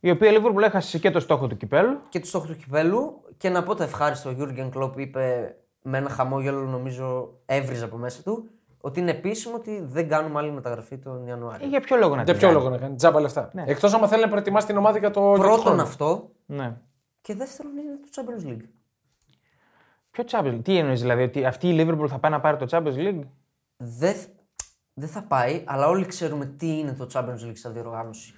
Speaker 1: Η οποία Λίβερπουλ έχασε και το στόχο του κυπέλου.
Speaker 3: και του στόχου του κυπέλου. Και να πω το ευχάριστο, ο Γιούργεν Κλοπ είπε με ένα χαμόγελο, νομίζω έβριζε από μέσα του, ότι είναι επίσημο ότι δεν κάνουμε άλλη μεταγραφή τον
Speaker 1: Ε,
Speaker 3: Ιανουάριο.
Speaker 1: Για ποιο λόγο να την
Speaker 2: Για
Speaker 3: Ναι.
Speaker 2: ποιο
Speaker 1: κάνει.
Speaker 2: λόγο να κάνει, τζάμπα λεφτά. Ναι. Εκτός άμα θέλει να προετοιμάσει την ομάδα για το. για το
Speaker 3: Πρώτον
Speaker 2: χρόνο.
Speaker 3: αυτό
Speaker 1: Ναι.
Speaker 3: και δεύτερον είναι το Champions League.
Speaker 1: Ποιο Champions League, τι εννοείς δηλαδή, ότι αυτή η Liverpool θα πάει να πάρει το Champions League.
Speaker 3: Δεν θ- δεν θα πάει, αλλά όλοι ξέρουμε τι είναι το Champions League σαν διοργάνωση.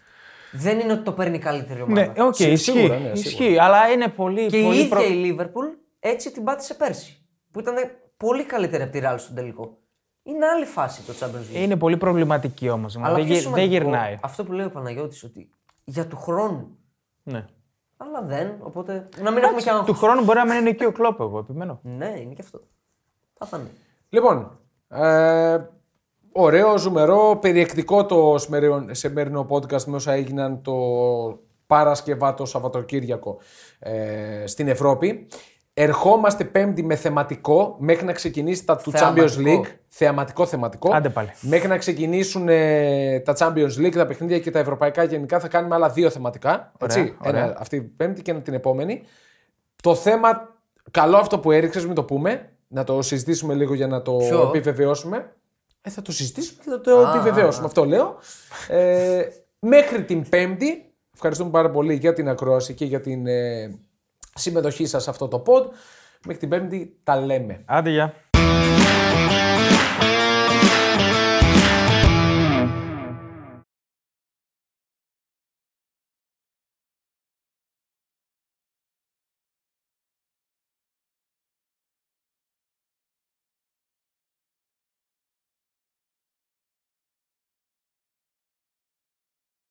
Speaker 3: Δεν είναι ότι το παίρνει η καλύτερη ομάδα.
Speaker 1: Ναι, οκ,
Speaker 2: Σί-
Speaker 1: ισχύει,
Speaker 2: σίγουρα, ναι,
Speaker 1: ισχύει,
Speaker 2: σίγουρα.
Speaker 1: αλλά είναι πολύ.
Speaker 3: και η
Speaker 1: πολύ
Speaker 3: ίδια
Speaker 1: προ-
Speaker 3: η Λίβερπουλ έτσι την πάτησε πέρσι. Που ήταν πολύ καλύτερη από τη Real στον τελικό. Είναι άλλη φάση το Champions League.
Speaker 1: Είναι πολύ προβληματική όμως. Δεν,
Speaker 3: Αλλά πιο
Speaker 1: γυ- δεν
Speaker 3: σημαντικό,
Speaker 1: γυρνάει.
Speaker 3: Αυτό που λέει ο Παναγιώτης ότι για του χρόνου.
Speaker 1: Ναι.
Speaker 3: Αλλά δεν, οπότε να μην έχουμε κι άγχος.
Speaker 1: Του χρόνου μπορεί να μην είναι και ο Κλόπ, εγώ επιμένω.
Speaker 3: Ναι, είναι και αυτό. Θα φανεί.
Speaker 2: Λοιπόν, ε, ωραίο, ζουμερό, περιεκτικό το σημερινό, σημερινό podcast με όσα έγιναν το Παρασκευά το Σαββατοκύριακο ε, στην Ευρώπη. Ερχόμαστε πέμπτη με θεματικό μέχρι να ξεκινήσει τα του Champions
Speaker 3: Θεαματικό.
Speaker 2: League. Θεαματικό, θεματικό.
Speaker 1: Άντε πάλι.
Speaker 2: Μέχρι να ξεκινήσουν ε, τα Champions League, τα παιχνίδια και τα ευρωπαϊκά γενικά θα κάνουμε άλλα δύο θεματικά. έτσι,
Speaker 1: ωραία.
Speaker 2: Ένα, αυτή η πέμπτη και ένα την επόμενη. Το θέμα, καλό αυτό που έριξες, μην το πούμε. Να το συζητήσουμε λίγο για να το
Speaker 3: Ποιο?
Speaker 2: επιβεβαιώσουμε. Ε, θα το συζητήσουμε και θα το επιβεβαιώσουμε. Αυτό λέω. Ε, μέχρι την Πέμπτη. Ευχαριστούμε πάρα πολύ για την ακρόαση και για την ε, συμμετοχή σας σε αυτό το pod. Μέχρι την Πέμπτη τα λέμε.
Speaker 1: Άντε, γεια.